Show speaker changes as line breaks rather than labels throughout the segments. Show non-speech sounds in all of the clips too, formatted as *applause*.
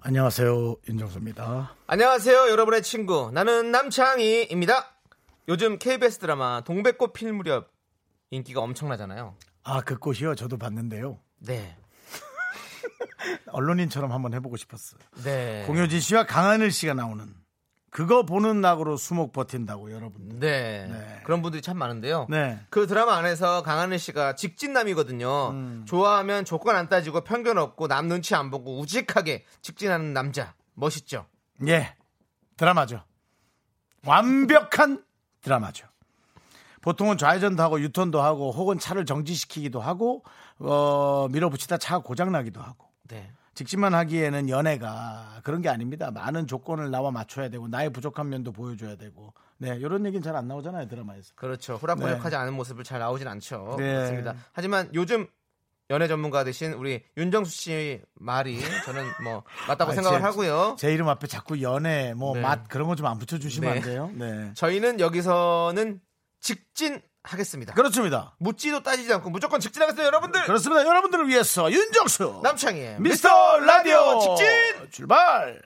안녕하세요 윤정수입니다.
안녕하세요, 여러분의 친구. 나는 남창희입니다. 요즘 KBS 드라마 동백꽃 필 무렵 인기가 엄청나잖아요.
아 그 꽃이요 저도 봤는데요.
네.
언론인처럼 한번 해보고 싶었어요.
네.
공효진 씨와 강하늘 씨가 나오는 그거 보는 낙으로 수목 버틴다고 여러분.
네.
네.
그런 분들이 참 많은데요.
네.
그 드라마 안에서 강하늘 씨가 직진남이거든요. 좋아하면 조건 안 따지고 편견 없고 남 눈치 안 보고 우직하게 직진하는 남자. 멋있죠?
예, 드라마죠. 완벽한 드라마죠. 보통은 좌회전도 하고 유턴도 하고 혹은 차를 정지시키기도 하고 어, 밀어붙이다 차가 고장나기도 하고
네.
직진만 하기에는 연애가 그런 게 아닙니다. 많은 조건을 나와 맞춰야 되고 나의 부족한 면도 보여줘야 되고 네 이런 얘기는 잘 안 나오잖아요 드라마에서.
그렇죠. 호락호락하지 않은 모습을 잘 나오진 않죠.
네.
그렇습니다. 하지만 요즘 연애 전문가 되신 우리 윤정수 씨 말이 저는 뭐
*laughs*
맞다고
아,
생각을
제-
하고요.
제 이름 앞에 자꾸 연애 뭐
네.
맛 그런 거 좀 안 붙여주시면
네.
안 돼요. 네
저희는 여기서는 직진하겠습니다.
그렇습니다.
묻지도 따지지 않고 무조건 직진하겠습니다, 여러분들.
그렇습니다. 여러분들을 위해서 윤정수
남창희의
미스터 라디오
직진!
출발.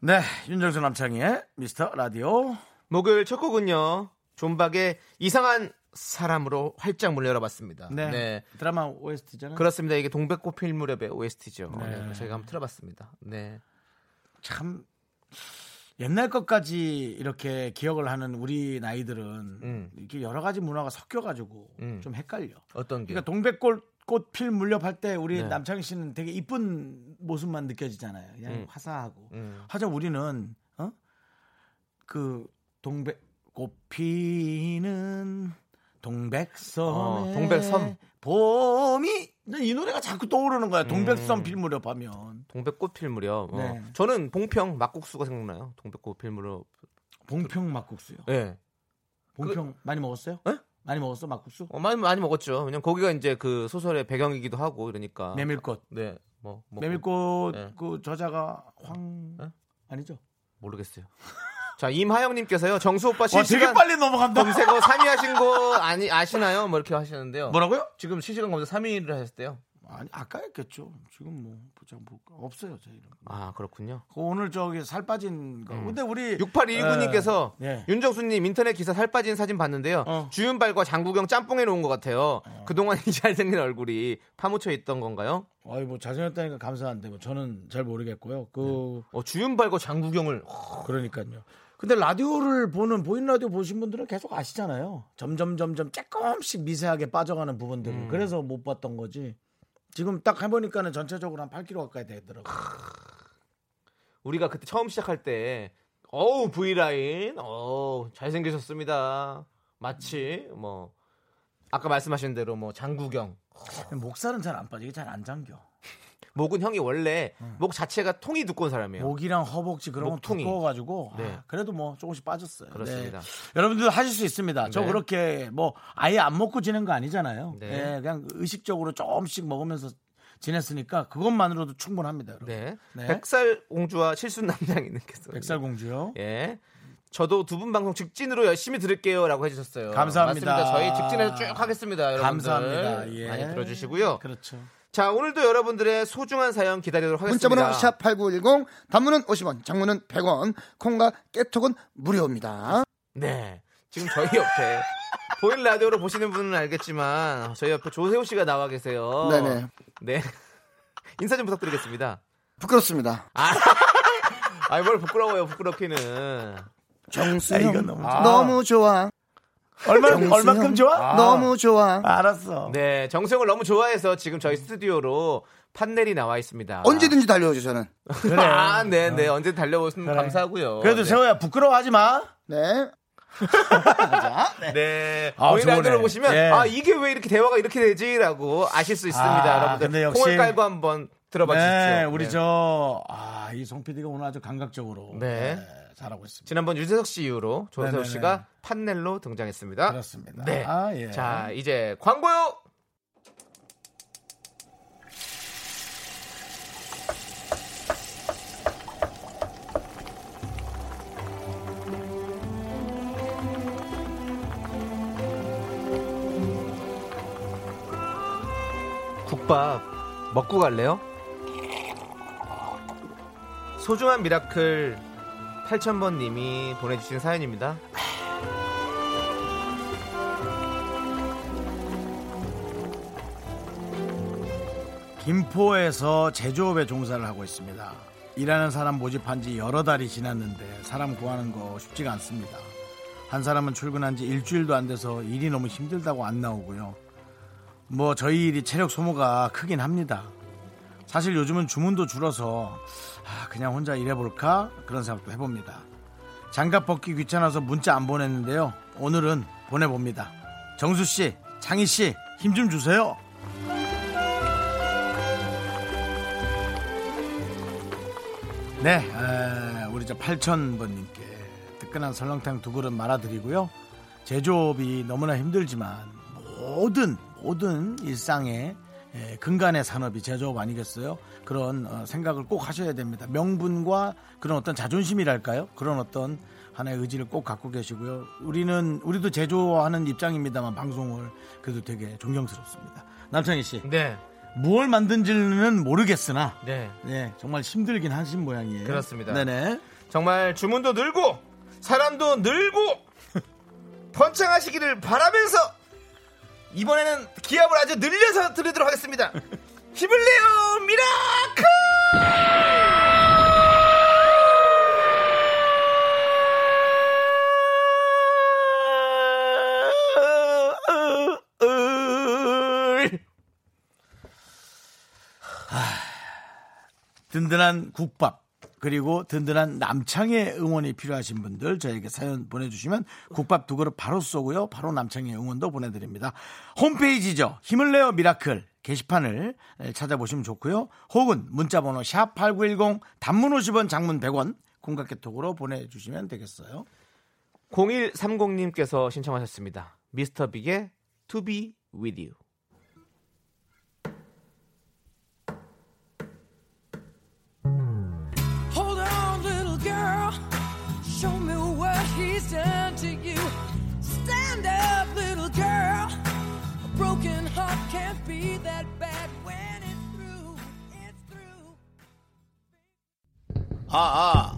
네, 윤정수 남창희의 미스터 라디오.
목요일 첫 곡은요. 존박의 이상한 사람으로 활짝 문 열어봤습니다.
네, 드라마 OST잖아요.
그렇습니다. 이게 동백꽃 필 무렵의 OST죠.
네.
저희가 한번 틀어봤습니다. 네.
참 옛날 것까지 이렇게 기억을 하는 우리 나이들은
음.
이렇게 여러 가지 문화가 섞여가지고
음.
좀 헷갈려.
어떤 게?
그러니까 동백꽃 꽃필 물렵할 때 우리
네.
남창희 씨는 되게 이쁜 모습만 느껴지잖아요. 그냥
음.
화사하고.
음.
하지만 우리는 어? 그 동백 꽃피는 동백섬
어, 동백섬.
봄이 난이 노래가 자꾸 떠오르는
음.
거야. 동백섬 필 무렵하면
동백꽃 필 무렵. 어.
네. 어.
저는 봉평 막국수가 생각나요. 동백꽃 필 무렵.
봉평 막국수요.
네.
봉평 많이 먹었어요?
예?
많이 먹었어 막국수?
어, 많이 많이 먹었죠. 왜냐면 거기가 이제 그 소설의 배경이기도 하고 이러니까.
메밀꽃.
네. 뭐, 뭐
메밀꽃
예.
그 저자가 황
예?
아니죠?
모르겠어요. 자, 임하영님께서요. 정수 오빠
와 되게
실시간
빨리 넘어간다. *laughs*
검색어 3위 하신 거 아니 아시나요? 뭐 이렇게 하시는데요.
뭐라고요?
지금 실시간 검색 3위를 하셨대요.
아니 아까 했겠죠. 지금 뭐 보자 볼까 없어요 제 이름.
아 그렇군요.
그 오늘 저기 살 빠진
음.
거. 근데 우리
6829님께서
예.
윤정수님 인터넷 기사 살 빠진 사진 봤는데요.
어.
주윤발과 장구경 짬뽕해 놓은 것 같아요. 그동안 *laughs* 이 잘생긴 얼굴이 파묻혀 있던 건가요?
아이 뭐 잘생겼다니까 감사한데 뭐 저는 잘 모르겠고요. 그
어, 주윤발과 장구경을
그러니까요. 근데 라디오를 보는 보인 라디오 보신 분들은 계속 아시잖아요. 점점 점점 조금씩 미세하게 빠져가는 부분들.
음.
을 그래서 못 봤던 거지. 지금 딱 해보니까는 전체적으로 한 8kg 가까이 되더라고. 요
우리가 그때 처음 시작할 때 어우 V라인 어우 잘생기셨습니다. 마치 뭐 아까 말씀하신 대로 뭐 장구경
목살은 잘 안 빠지게 잘 안 잠겨.
목은 형이 원래 목 자체가 통이 두꺼운 사람이에요.
음. 목이랑 허벅지 그런 건
예. 목통이.
두꺼워가지고 아,
네.
그래도 뭐 조금씩 빠졌어요.
그렇습니다.
네. 여러분들도 하실 수 있습니다. 저
네.
그렇게 뭐 아예 안 먹고 지낸 거 아니잖아요.
네.
네, 그냥 의식적으로 조금씩 먹으면서 지냈으니까 그것만으로도 충분합니다. 여러분.
네.
네.
백살 공주와 칠순 남장님께서
백살공주요.
예. 저도 두 분 방송 직진으로 열심히 들을게요라고 해주셨어요.
감사합니다.
맞습니다. 저희 직진해서 쭉 하겠습니다. 여러분들
감사합니다. 예.
많이 들어주시고요.
그렇죠.
자 오늘도 여러분들의 소중한 사연 기다리도록 하겠습니다.
문자번호 샵8910 단문은 50원 장문은 100원 콩과 깨톡은 무료입니다
네. 지금 저희 옆에 보일 라디오로 보시는 분은 알겠지만 저희 옆에 조세호 씨가 나와 계세요.
네네.
네. 인사 좀 부탁드리겠습니다. 아,
부끄럽습니다
아이 뭘 부끄러워요 부끄럽기는.
정수영
이건 너무
너무 좋아
얼마,
정수영.
얼만큼 좋아?
아. 너무 좋아.
알았어.
네, 정수영을 너무 좋아해서 지금 저희 스튜디오로 판넬이 나와 있습니다.
언제든지 달려오죠 저는.
그래. 어.
아, 네, 네. 언제 달려오시면
그래.
감사하고요.
그래도
네.
세호야 부끄러워하지 마.
네.
네.
아,
보이는
좋네.
라디오를 보시면
예.
아, 이게 왜 이렇게 대화가 이렇게 되지라고 아실 수 있습니다.
아,
여러분들
근데 역시-
콩을 깔고 한번 들어봐
네,
주십시오.
우리
네.
저, 아, 이송 PD가 오늘 아주 감각적으로.
네.
네, 잘하고 있습니다.
지난번 유재석 씨 이후로 조세호
네네네.
씨가 판넬로 등장했습니다.
그렇습니다.
네.
아, 예.
자, 이제 광고요. 국밥 먹고 갈래요? 소중한 미라클 8000번 님이 보내주신 사연입니다.
김포에서 제조업에 종사를 하고 있습니다. 일하는 사람 모집한 지 여러 달이 지났는데 사람 구하는 거 쉽지가 않습니다. 한 사람은 출근한 지 일주일도 안 돼서 일이 너무 힘들다고 안 나오고요. 뭐 저희 일이 체력 소모가 크긴 합니다. 사실 요즘은 주문도 줄어서 아, 그냥 혼자 일해볼까 그런 생각도 해봅니다. 장갑 벗기 귀찮아서 문자 안 보냈는데요. 오늘은 보내봅니다. 정수 씨, 장희 씨, 힘 좀 주세요. 네, 에, 우리 저 8,000번님께 뜨끈한 설렁탕 두 그릇 말아드리고요. 제조업이 너무나 힘들지만 모든, 모든 일상의 에, 근간의 산업이 제조업 아니겠어요? 그런 어, 생각을 꼭 하셔야 됩니다. 명분과 그런 어떤 자존심이랄까요? 그런 어떤 하나의 의지를 꼭 갖고 계시고요. 우리는, 우리도 제조하는 입장입니다만 방송을 그래도 되게 존경스럽습니다. 남창희 씨,
네.
무얼 만든지는 모르겠으나
네.
네, 정말 힘들긴 하신 모양이에요.
그렇습니다.
네네.
정말 주문도 늘고 사람도 늘고 *laughs* 번창하시기를 바라면서 이번에는 기합을 아주 늘려서 드리도록 하겠습니다. 힘을 내요 미라클!
든든한 국밥 그리고 든든한 남창의 응원이 필요하신 분들 저에게 사연 보내주시면 국밥 두 그릇 바로 쏘고요. 바로 남창의 응원도 보내드립니다. 홈페이지죠. 힘을 내어 미라클 게시판을 예, 찾아보시면 좋고요. 혹은 문자번호 샵 8910 단문 50원 장문 100원 공각개톡으로 보내주시면 되겠어요.
0130님께서 신청하셨습니다. 미스터 빅의 To Be With You.
Hold on, little girl. Show me what he's done to you. Stand up, little girl. A broken heart can't be that bad when it's through. It's through.
아, 아.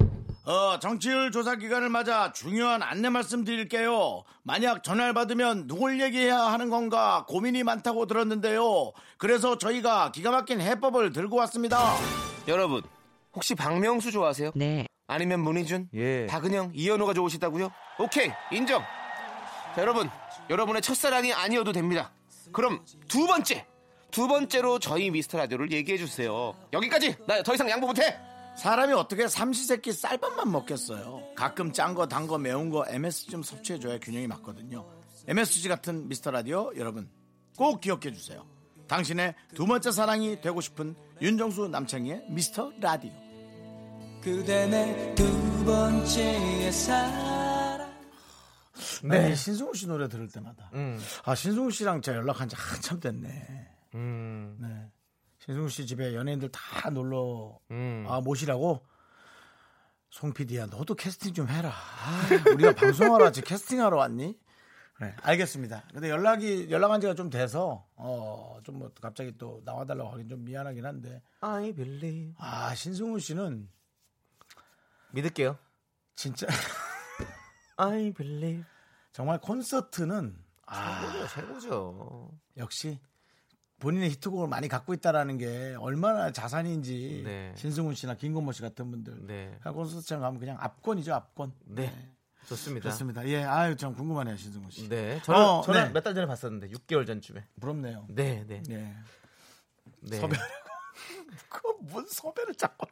어, 정치율 조사 기간을 맞아 중요한 안내 말씀드릴게요. 만약 전화를 받으면 누굴 얘기해야 하는 건가 고민이 많다고 들었는데요. 그래서 저희가 기가 막힌 해법을 들고 왔습니다.
여러분 혹시 박명수 좋아하세요? 네. *laughs* 아니면 문희준? 예. 박은영, 이현우가 좋으시다고요? 오케이 인정. 자, 여러분 여러분의 첫사랑이 아니어도 됩니다. 그럼 두 번째 두 번째로 저희 미스터 라디오를 얘기해 주세요. 여기까지 나 더 이상 양보 못해.
사람이 어떻게 삼시세끼 쌀밥만 먹겠어요. 가끔 짠 거, 단 거, 매운 거, MSG 좀 섭취해줘야 균형이 맞거든요. MSG 같은 미스터 라디오 여러분 꼭 기억해 주세요. 당신의 두 번째 사랑이 되고 싶은 윤정수 남창희의 미스터 라디오.
그대 내두 번째의 사랑
네, 신승우 씨 노래 들을 때마다. 아, 신승우 씨랑 제가 연락한 지 한참 됐네. 네. 신승우 씨 집에 연예인들 다 놀러
음.
아, 모시라고. 송 PD야, 너도 캐스팅 좀 해라. 아, 우리가 *laughs* 방송하러 왔지 캐스팅하러 왔니? 네, 알겠습니다. 근데 연락이 연락한 지가 좀 돼서 어좀 뭐 갑자기 또 나와달라고 하긴 좀 미안하긴 한데
I believe
아 신승우 씨는
믿을게요.
진짜 *laughs*
I believe
정말 콘서트는
최고죠 최고죠.
역시 본인의 히트곡을 많이 갖고 있다라는 게 얼마나 자산인지
네.
신승훈 씨나 김건모 씨 같은 분들 아,
네.
콘서트장 가면 그냥 압권이죠 압권.
네. 좋습니다.
좋습니다. 예, 아유 참 궁금하네요, 신승훈 씨.
네. 저는,
어,
저는
네.
몇 달 전에 봤었는데 6개월 전쯤에.
부럽네요.
네, 네.
예.
네.
섭외. *laughs* 그뭔 섭외를 자꾸.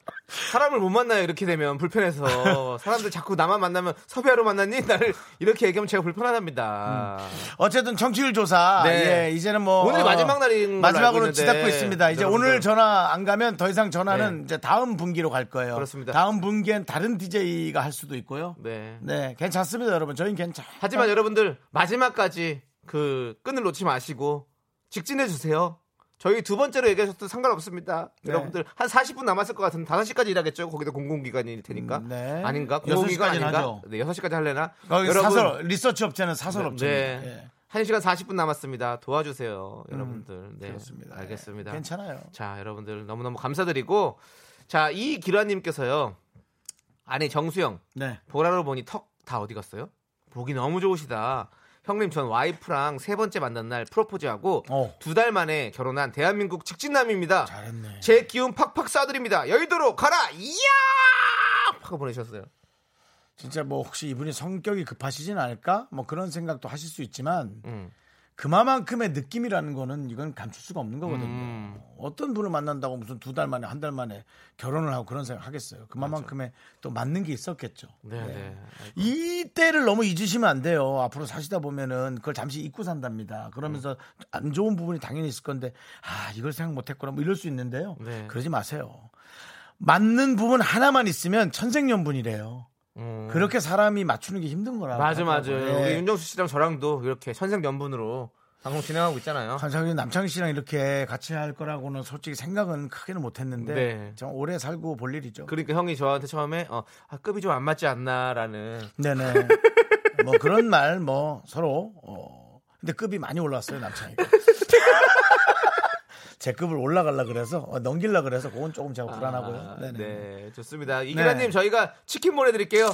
사람을 못 만나요 이렇게 되면 불편해서 사람들 자꾸 나만 만나면 섭외하러 만났니 나를 이렇게 얘기하면 제가 불편하답니다.
어쨌든 청취율 조사.
네.
예, 이제는 뭐
오늘이
어,
마지막 날인 걸로 알고
마지막으로
있는데,
치닫고 있습니다. 이제
여러분들.
오늘 전화 안 가면 더 이상 전화는
네.
이제 다음 분기로 갈 거예요.
그렇습니다.
다음 분기엔 다른 DJ가 할 수도 있고요.
네.
네, 괜찮습니다, 여러분. 저희는 괜찮.
하지만 여러분들 마지막까지 그 끈을 놓지 마시고 직진해 주세요. 저희 두 번째로 얘기하셨던 상관없습니다.
네.
여러분들 한 40분 남았을 것 같은데 5시까지 일하겠죠. 거기도 공공기관일 테니까.
음, 네.
아닌가?
여섯
공공기관
시까지는
아닌가?
하죠.
네, 6시까지 할래나?
거기 사설 리서치 업체는 사설 업체입니다.
네.
예.
한 1시간 40분 남았습니다. 도와주세요, 여러분들.
음,
네.
그렇습니다.
알겠습니다.
예, 괜찮아요.
자, 여러분들 너무너무 감사드리고 자, 이 기란 님께서요. 아니, 정수영.
네.
보라로 보니 턱 다 어디 갔어요? 보기 너무 좋으시다. 형님 전 와이프랑 세 번째 만난 날 프로포즈하고
어.
두 달 만에 결혼한 대한민국 직진남입니다.
잘했네.
제 기운 팍팍 쏴드립니다. 여의도로 가라! 이야! 하고 보내셨어요.
진짜 뭐 혹시 이분이 성격이 급하시진 않을까? 뭐 그런 생각도 하실 수 있지만
음.
그만큼의 느낌이라는 거는 이건 감출 수가 없는 거거든요.
음.
어떤 분을 만난다고 무슨 두 달 만에 한 달 만에 결혼을 하고 그런 생각 하겠어요. 그만큼의 또 맞는 게 있었겠죠.
네, 네.
이 때를 너무 잊으시면 안 돼요. 앞으로 사시다 보면은 그걸 잠시 잊고 산답니다. 그러면서
음.
안 좋은 부분이 당연히 있을 건데 아 이걸 생각 못했구나 뭐 이럴 수 있는데요.
네.
그러지 마세요. 맞는 부분 하나만 있으면 천생연분이래요.
음.
그렇게 사람이 맞추는 게 힘든 네. 거라.
맞아, 맞아. 우리 윤정수 씨랑 저랑도 이렇게 천생연분으로 방송 진행하고 있잖아요.
한상윤 남창희 씨랑 이렇게 같이 할 거라고는 솔직히 생각은 크게는
네.
못했는데 참 오래 살고 볼 일이죠.
그러니까 형이 저한테 처음에 어, 아, 급이 좀 안 맞지 않나라는
네네. 뭐 그런 말 뭐 서로 어 근데 급이 많이 올라왔어요 남창이가. *laughs* 제 급을 올라가려 그래서 어, 넘길라 그래서 그건 조금 제가 불안하고요.
아,
네네.
네, 좋습니다.
네.
이기라님 저희가 치킨 보내드릴게요.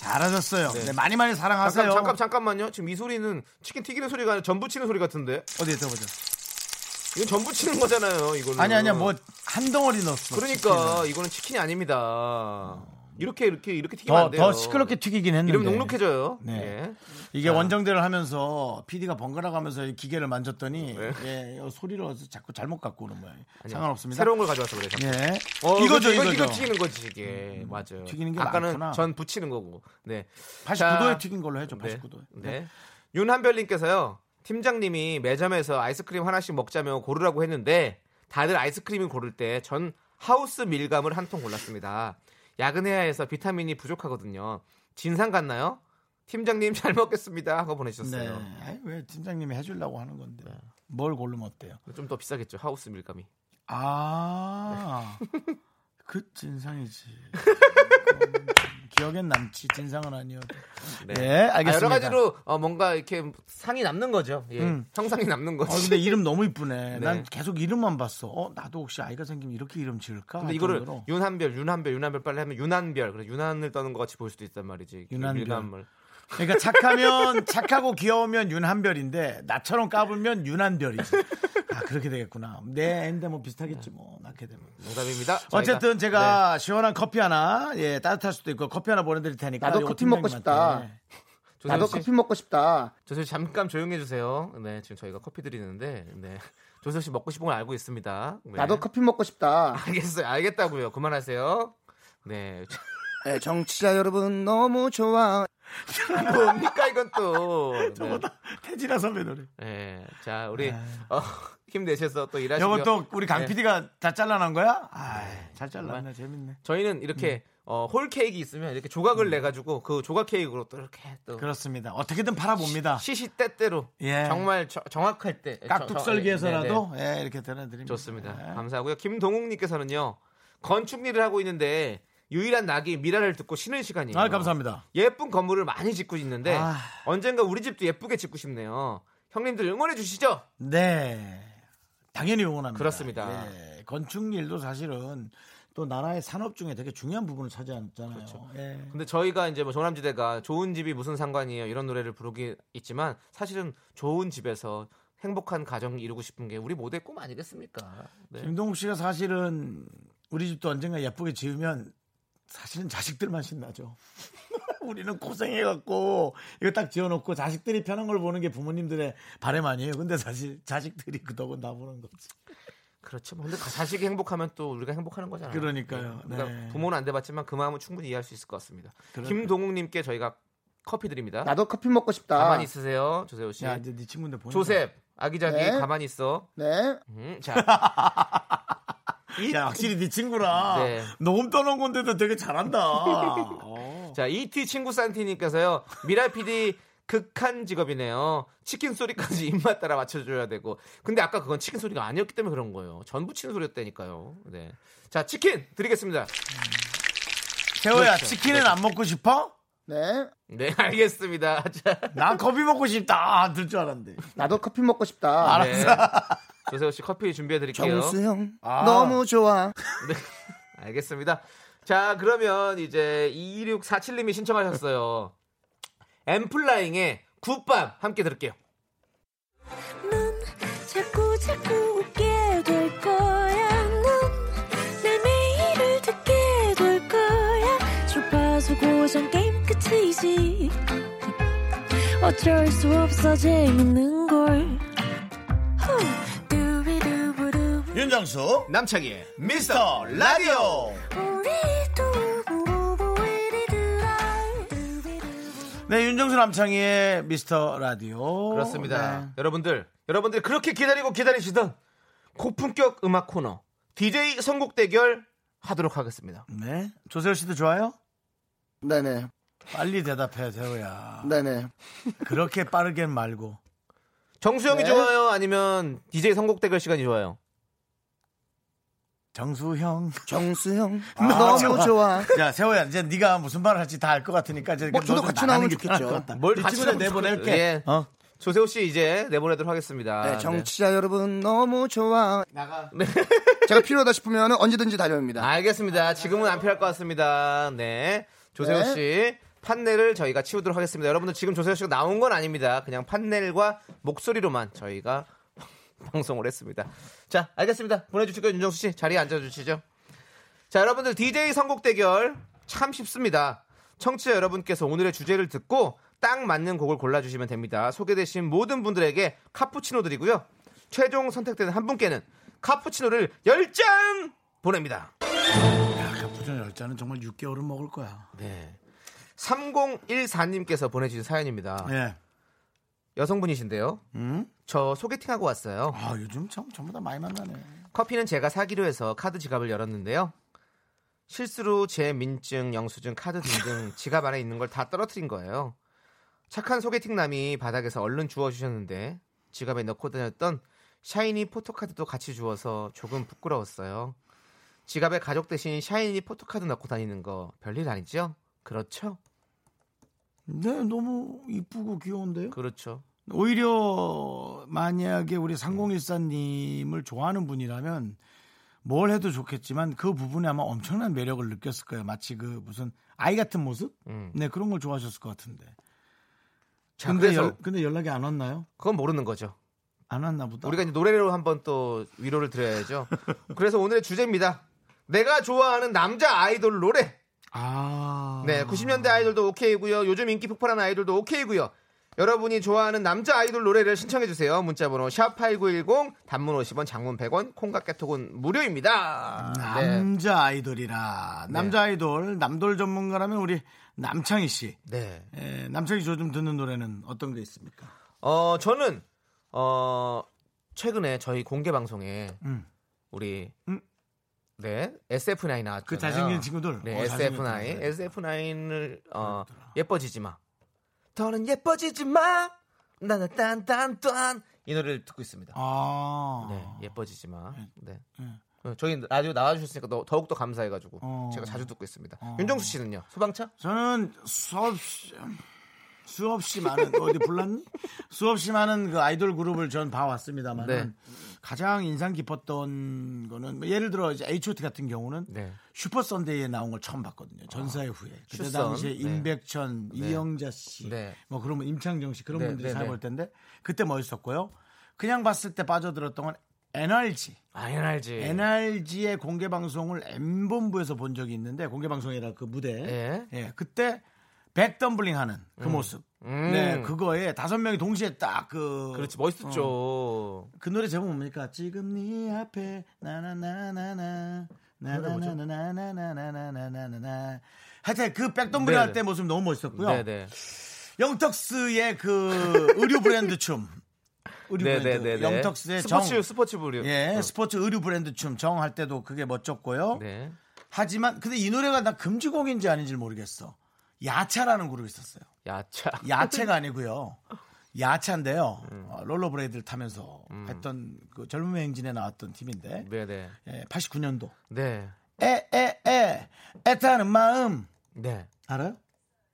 잘하셨어요. 네, 많이 많이 사랑하세요.
잠깐, 잠깐 잠깐만요. 지금 이 소리는 치킨 튀기는 소리가 아니라 전부 치는 소리 같은데.
어디에 들어보죠.
이건 전부 치는 거잖아요. 이거는.
아니 아니야 뭐 한 덩어리 넣었어.
그러니까 이거는 치킨이 아닙니다. 이렇게 이렇게 이렇게 튀기면 안 돼요.
어. 더더 시끄럽게 튀기긴 했는데.
이러면 녹록해져요.
네.
예.
이게 원정대를 하면서 PD가 번갈아 가면서 이 기계를 만졌더니
네.
예, 어, 소리를 어디서 자꾸 잘못 갖고 오는 모양이에요. 상관없습니다.
새로운 걸 가져와서 그래요. 잠깐.
예.
어,
이거죠,
이거, 이거
이거죠.
튀기는 거지 이게 맞아요.
튀기는 게
아까는
많구나.
전 붙이는 거고. 네.
89도에
자,
튀긴 걸로 해줘.
네.
89도에.
네. 윤한별님께서요. 팀장님이 매점에서 아이스크림 하나씩 먹자며 고르라고 했는데 다들 아이스크림을 고를 때 전 하우스 밀감을 한 통 골랐습니다. 야근해야 해서 비타민이 부족하거든요. 진상 같나요? 팀장님 *laughs* 잘 먹겠습니다 하고
네.
보내주셨어요.
아이, 왜 팀장님이 해주려고 하는 건데
네.
뭘 고르면 어때요?
좀 더 비싸겠죠 하우스 밀감이.
아, 그
*laughs*
진상이지. 기억엔 남지 진상은 아니어도. 네, 알겠습니다.
아, 여러 가지로 어, 뭔가 이렇게 상이 남는 거죠. 예.
음.
형상이 남는
어,
거죠.
근데 이름 너무 이쁘네.
네.
난 계속 이름만 봤어. 어, 나도 혹시 아이가 생기면 이렇게 이름 지을까?
근데
할
이거를
정도로.
윤한별, 윤한별, 윤한별 빨리 하면 윤한별. 그래 윤한을 떠는 것 같이 보일 수도 있단 말이지. 그
윤한별.
밀감을.
그러니까 착하면 *laughs* 착하고 귀여우면 윤한별인데 나처럼 까불면 윤한별이지. 아 그렇게 되겠구나. 네, 근데 뭐 비슷하겠지 뭐 낳게 되면.
농담입니다. 저희가-
어쨌든
네.
제가 시원한 커피 하나, 예 따뜻할 수도 있고 커피 하나 보내드릴 테니까.
나도
요거
커피 먹고
팀장님한테. 예.
네, 조세호
나도
씨,
커피 먹고 싶다.
조세호 씨 잠깐 조용해 주세요. 네, 지금 저희가 커피 드리는데, 네, 조세호 씨 먹고 싶은 건 알고 있습니다. 네.
나도 커피 먹고 싶다.
알겠어요, 알겠다고요. 그만하세요. 네, *laughs*
에, 정치자 여러분 너무 좋아.
뭡니까 이건 또. 네,
태진아 선배 노래.
네. 자 우리 어, 힘내셔서 또 일하시고요.
이거 아. 또 우리 강
네.
PD가 다 잘라낸 거야? 아, 잘 잘랐네, 재밌네.
저희는 이렇게
음.
어, 홀 케이크 있으면 이렇게 조각을 내 가지고 그 조각 케이크로 또 이렇게 또
그렇죠. 그렇습니다. 어떻게든 팔아봅니다.
시시때때로
예.
정말 저- 정확할 때 네, 네.
깍둑썰기에서라도 예, 이렇게 드려드립니다.
좋습니다.
예.
감사하고요. 김동욱님께서는요 건축 일을 하고 있는데 유일한 낙이 미라를 듣고 쉬는 시간이에요.
아, 감사합니다.
예쁜 건물을 많이 짓고 있는데
아.
언젠가 우리 집도 예쁘게 짓고 싶네요. 형님들 응원해 주시죠.
네. 당연히 응원합니다.
그렇습니다.
예, 건축 일도 사실은 또 나라의 산업 중에 되게 중요한 부분을 차지하잖아요.
그렇죠.
예.
근데 저희가 이제 뭐 조남지대가 좋은 집이 무슨 상관이에요 이런 노래를 부르기 있지만 사실은 좋은 집에서 행복한 가정 이루고 싶은 게 우리 모두의 꿈 아니겠습니까? 네.
김동욱 씨가 사실은 우리 집도 언젠가 예쁘게 지으면 사실은 자식들만 신나죠. *laughs* 우리는 고생해갖고 이거 딱 지어놓고 자식들이 편한 걸 보는 게 부모님들의 바램 아니에요. 근데 사실 자식들이 그덕은 나 보는 거지.
그렇죠. 뭐 근데 가- 자식이 행복하면 또 우리가 행복하는 거잖아요.
그러니까요.
그러니까
네.
부모는 안 돼봤지만 그 마음은 충분히 이해할 수 있을 것 같습니다. 김동욱님께 저희가 커피 드립니다.
나도 커피 먹고 싶다.
가만히 있으세요, 조세호 씨.
야 이제 네 친구인데 보인다.
조셉 아기자기
네.
가만히 있어.
네.
음, 자
야 확실히 네 친구라
네.
녹음 떠놓은 건데도 되게 잘한다.
*laughs*
어.
자, ET 친구 산티님께서요. 미라 PD 극한 직업이네요. 치킨 소리까지 *laughs* 입맛 따라 맞춰줘야 되고. 근데 아까 그건 치킨 소리가 아니었기 때문에 그런 거예요. 전부 치는 소리였다니까요. 네. 자, 치킨 드리겠습니다.
세호야
그렇죠.
치킨은 안 먹고 싶어?
네.
네, 알겠습니다. *laughs* 자,
난 커피 먹고 싶다. 아, 들 줄 알았는데.
나도 커피 먹고 싶다.
네. 조세호 씨 커피 준비해 드릴게요.
정수영
아.
너무 좋아.
알겠습니다. 자, 그러면 이제 2647님이 신청하셨어요. 엠플라잉의 굿밤 함께 들을게요.
넌 자꾸 자꾸 웃게 될 거야. 넌내 매일을 듣게 될 거야. 주파수 고정 게임 끝이지. 어쩔 수 없어 재밌는 걸. 후. 두비두부두.
윤정수
남창희의
미스터 라디오.
우리 두부부부 우리 두라. 두비두부.
네 윤정수 남창희의 미스터 라디오.
그렇습니다.
어,
네.
여러분들, 여러분들이 그렇게 기다리고 기다리시던 고품격 음악 코너 DJ 선곡 대결 하도록 하겠습니다.
네. 조세호 씨도 좋아요?
네네.
빨리 대답해, 세호야.
네네.
그렇게 빠르겐 말고.
정수영이
네.
좋아요? 아니면 DJ 선곡 대결 시간이 좋아요?
정수형.
정수영
*laughs* 아,
너무
잠깐만.
좋아.
자, 세호야, 이제 네가 무슨 말을 할지 다 알 것 같으니까 이제
뭐, 저도
너도
같이
나가는
나오면
게 편할
좋겠죠.
것 같다.
뭘
네
같이
친구들
나오면
내보낼게.
좋겠-
어?
조세호 씨 이제 내보내도록 하겠습니다.
네, 정치자 여러분 너무 좋아.
아,
네.
나가. *laughs* 아.
제가 필요하다 싶으면 언제든지 다녀옵니다.
알겠습니다. 지금은 안 필요할 것 같습니다. 네. 조세호
네.
씨. 판넬을 저희가 치우도록 하겠습니다. 여러분들 지금 조세호 씨가 나온 건 아닙니다. 그냥 판넬과 목소리로만 저희가 *laughs* 방송을 했습니다. 자, 알겠습니다. 보내주시고 윤정수 씨 자리에 앉아주시죠. 자, 여러분들 DJ 선곡 대결 참 쉽습니다. 청취자 여러분께서 오늘의 주제를 듣고 딱 맞는 곡을 골라주시면 됩니다. 소개되신 모든 분들에게 카푸치노 드리고요. 최종 선택되는 한 분께는 카푸치노를 10잔 보냅니다.
야, 부전 아, 열자는 정말 6개월은 먹을 거야.
네. 3014님께서 보내주신 사연입니다.
예.
여성분이신데요.
음?
저 소개팅하고 왔어요.
아, 요즘 참 전부 다 많이 만나네.
커피는 제가 사기로 해서 카드 지갑을 열었는데요. 실수로 제 민증, 영수증,
*laughs*
카드 등등 지갑 안에 있는 걸 다 떨어뜨린 거예요. 착한 소개팅남이 바닥에서 얼른 주워주셨는데 지갑에 넣고 다녔던 샤이니 포토카드도 같이 주워서 조금 부끄러웠어요. 지갑에 가족 대신 샤이니 포토카드 넣고 다니는 거 별일 아니죠? 그렇죠?
네, 너무 이쁘고 귀여운데요?
그렇죠.
오히려 만약에 우리 3014님을 좋아하는 분이라면 뭘 해도 좋겠지만 그 부분에 아마 엄청난 매력을 느꼈을 거예요. 마치 그 무슨 아이 같은 모습?
음.
네, 그런 걸 좋아하셨을 것 같은데.
자,
근데,
그래서
연- 근데 연락이 안 왔나요?
그건 모르는 거죠.
안 왔나 보다.
우리가 이제 노래로 한번 또 위로를
*laughs*
드려야죠. 그래서 오늘의 주제입니다. 내가 좋아하는 남자 아이돌 노래.
아.
네, 90년대 아이돌도 오케이고요. 요즘 인기 폭발한 아이돌도 오케이고요. 여러분이 좋아하는 남자 아이돌 노래를 신청해 주세요. 문자 번호 샵8910 단문 50원, 장문 100원, 콩깍 개톡은 무료입니다. 네.
남자 아이돌이라. 남자 아이돌, 남돌 전문가라면 우리 남창희 씨.
네.
에, 남창희 씨 요즘 듣는 노래는 어떤 게 있습니까?
어, 저는 어 최근에 저희 공개 방송에
음.
우리
음.
네, SF9 나왔죠.
그 잘생긴 친구들.
네,
어,
SF9.
잘생겼다.
SF9을 어, 예뻐지지 마. 더는 예뻐지지 마. 나는 딴딴딴 이 노래를 듣고 있습니다.
아.
네, 예뻐지지 마. 네.
네.
어, 저희 라디오 나와주셨으니까 너- 더욱더 감사해가지고
어.
제가 자주 듣고 있습니다. 윤정수 씨는요? 소방차?
저는 수없이 수없이 많은 어디 불났니? 수없이 많은 그 아이돌 그룹을 전 봐왔습니다만
네.
은 가장 인상 깊었던 거는 뭐 예를 들어 이제 H.O.T 같은 경우는
네. 아,
슈퍼 선데이에 나온 걸 처음 봤거든요. 전사의 후예. 그때
슈선,
당시에
네.
임백천, 이영자 씨,
네.
뭐 그러면 임창정 씨 그런
네,
분들이
네,
살
네.
볼 텐데 그때 멋있었고요. 그냥 봤을 때 빠져들었던 건 NRG.
아, NRG.
NRG의 공개 방송을 M 본부에서 본 적이 있는데 공개 방송이라 그 무대.
예.
예. 그때 백덤블링 하는 그 모습.
음.
네, 그거에 다섯 명이 동시에 딱 그
그렇지 뭐. 멋있었죠.
그 노래 제목 뭡니까? 지금 네 앞에 나나나나나 나나나나나나나나나나 하여튼 그 백덤블링
네네.
할 때 모습 너무 멋있었고요.
네네.
영턱스의 그 의류 브랜드 춤. 의류 브랜드.
네네네.
영턱스의 정.
스포츠 스포츠 부류.
예, 스포츠 의류 브랜드 춤 정 할 때도 그게 멋졌고요.
네.
하지만 근데 이 노래가 나 금지곡인지 아닌지 모르겠어. 야차라는 그룹이 있었어요.
야차.
야채가 아니고요. 야차인데요.
음.
어, 롤러브레이드를 타면서 했던 그 젊음의 행진에 나왔던 팀인데
네네.
예, 89년도
네.
에에에 애타는 마음
네.
알아요?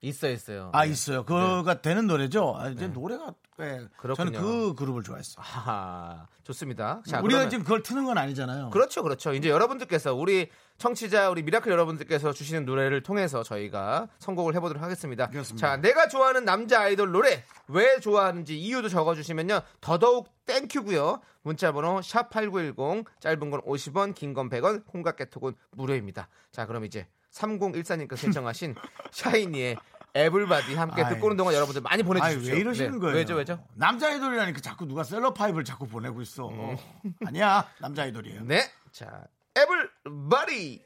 있어 있어요.
아
네.
있어요. 그거가 되는 노래죠. 아, 이제 노래가 예, 저는
그렇군요.
그 그룹을 좋아했어요.
아하, 좋습니다. 자,
우리가
그러면-
지금 그걸 트는 건 아니잖아요.
그렇죠, 그렇죠. 이제 여러분들께서 우리 청취자 우리 미라클 여러분들께서 주시는 노래를 통해서 저희가 선곡을 해보도록 하겠습니다.
그렇습니다.
자, 내가 좋아하는 남자 아이돌 노래 왜 좋아하는지 이유도 적어주시면요 더더욱 땡큐고요. 문자번호 샵 #8910 짧은 건 50원, 긴 건 100원, 콩깍개톡은 무료입니다. 자, 그럼 이제
*laughs*
3014님께서 신청하신 샤이니의 애블바디 함께
아이.
듣고 오는 동안 여러분들 많이
아니
보내주십시오.
왜 이러시는
네,
거예요?
왜죠, 왜죠?
남자 아이돌이라니까 자꾸 누가 셀럽파입을 자꾸 보내고 있어. 아니야 남자 아이돌이에요.
음. 네. 자, 에블바디.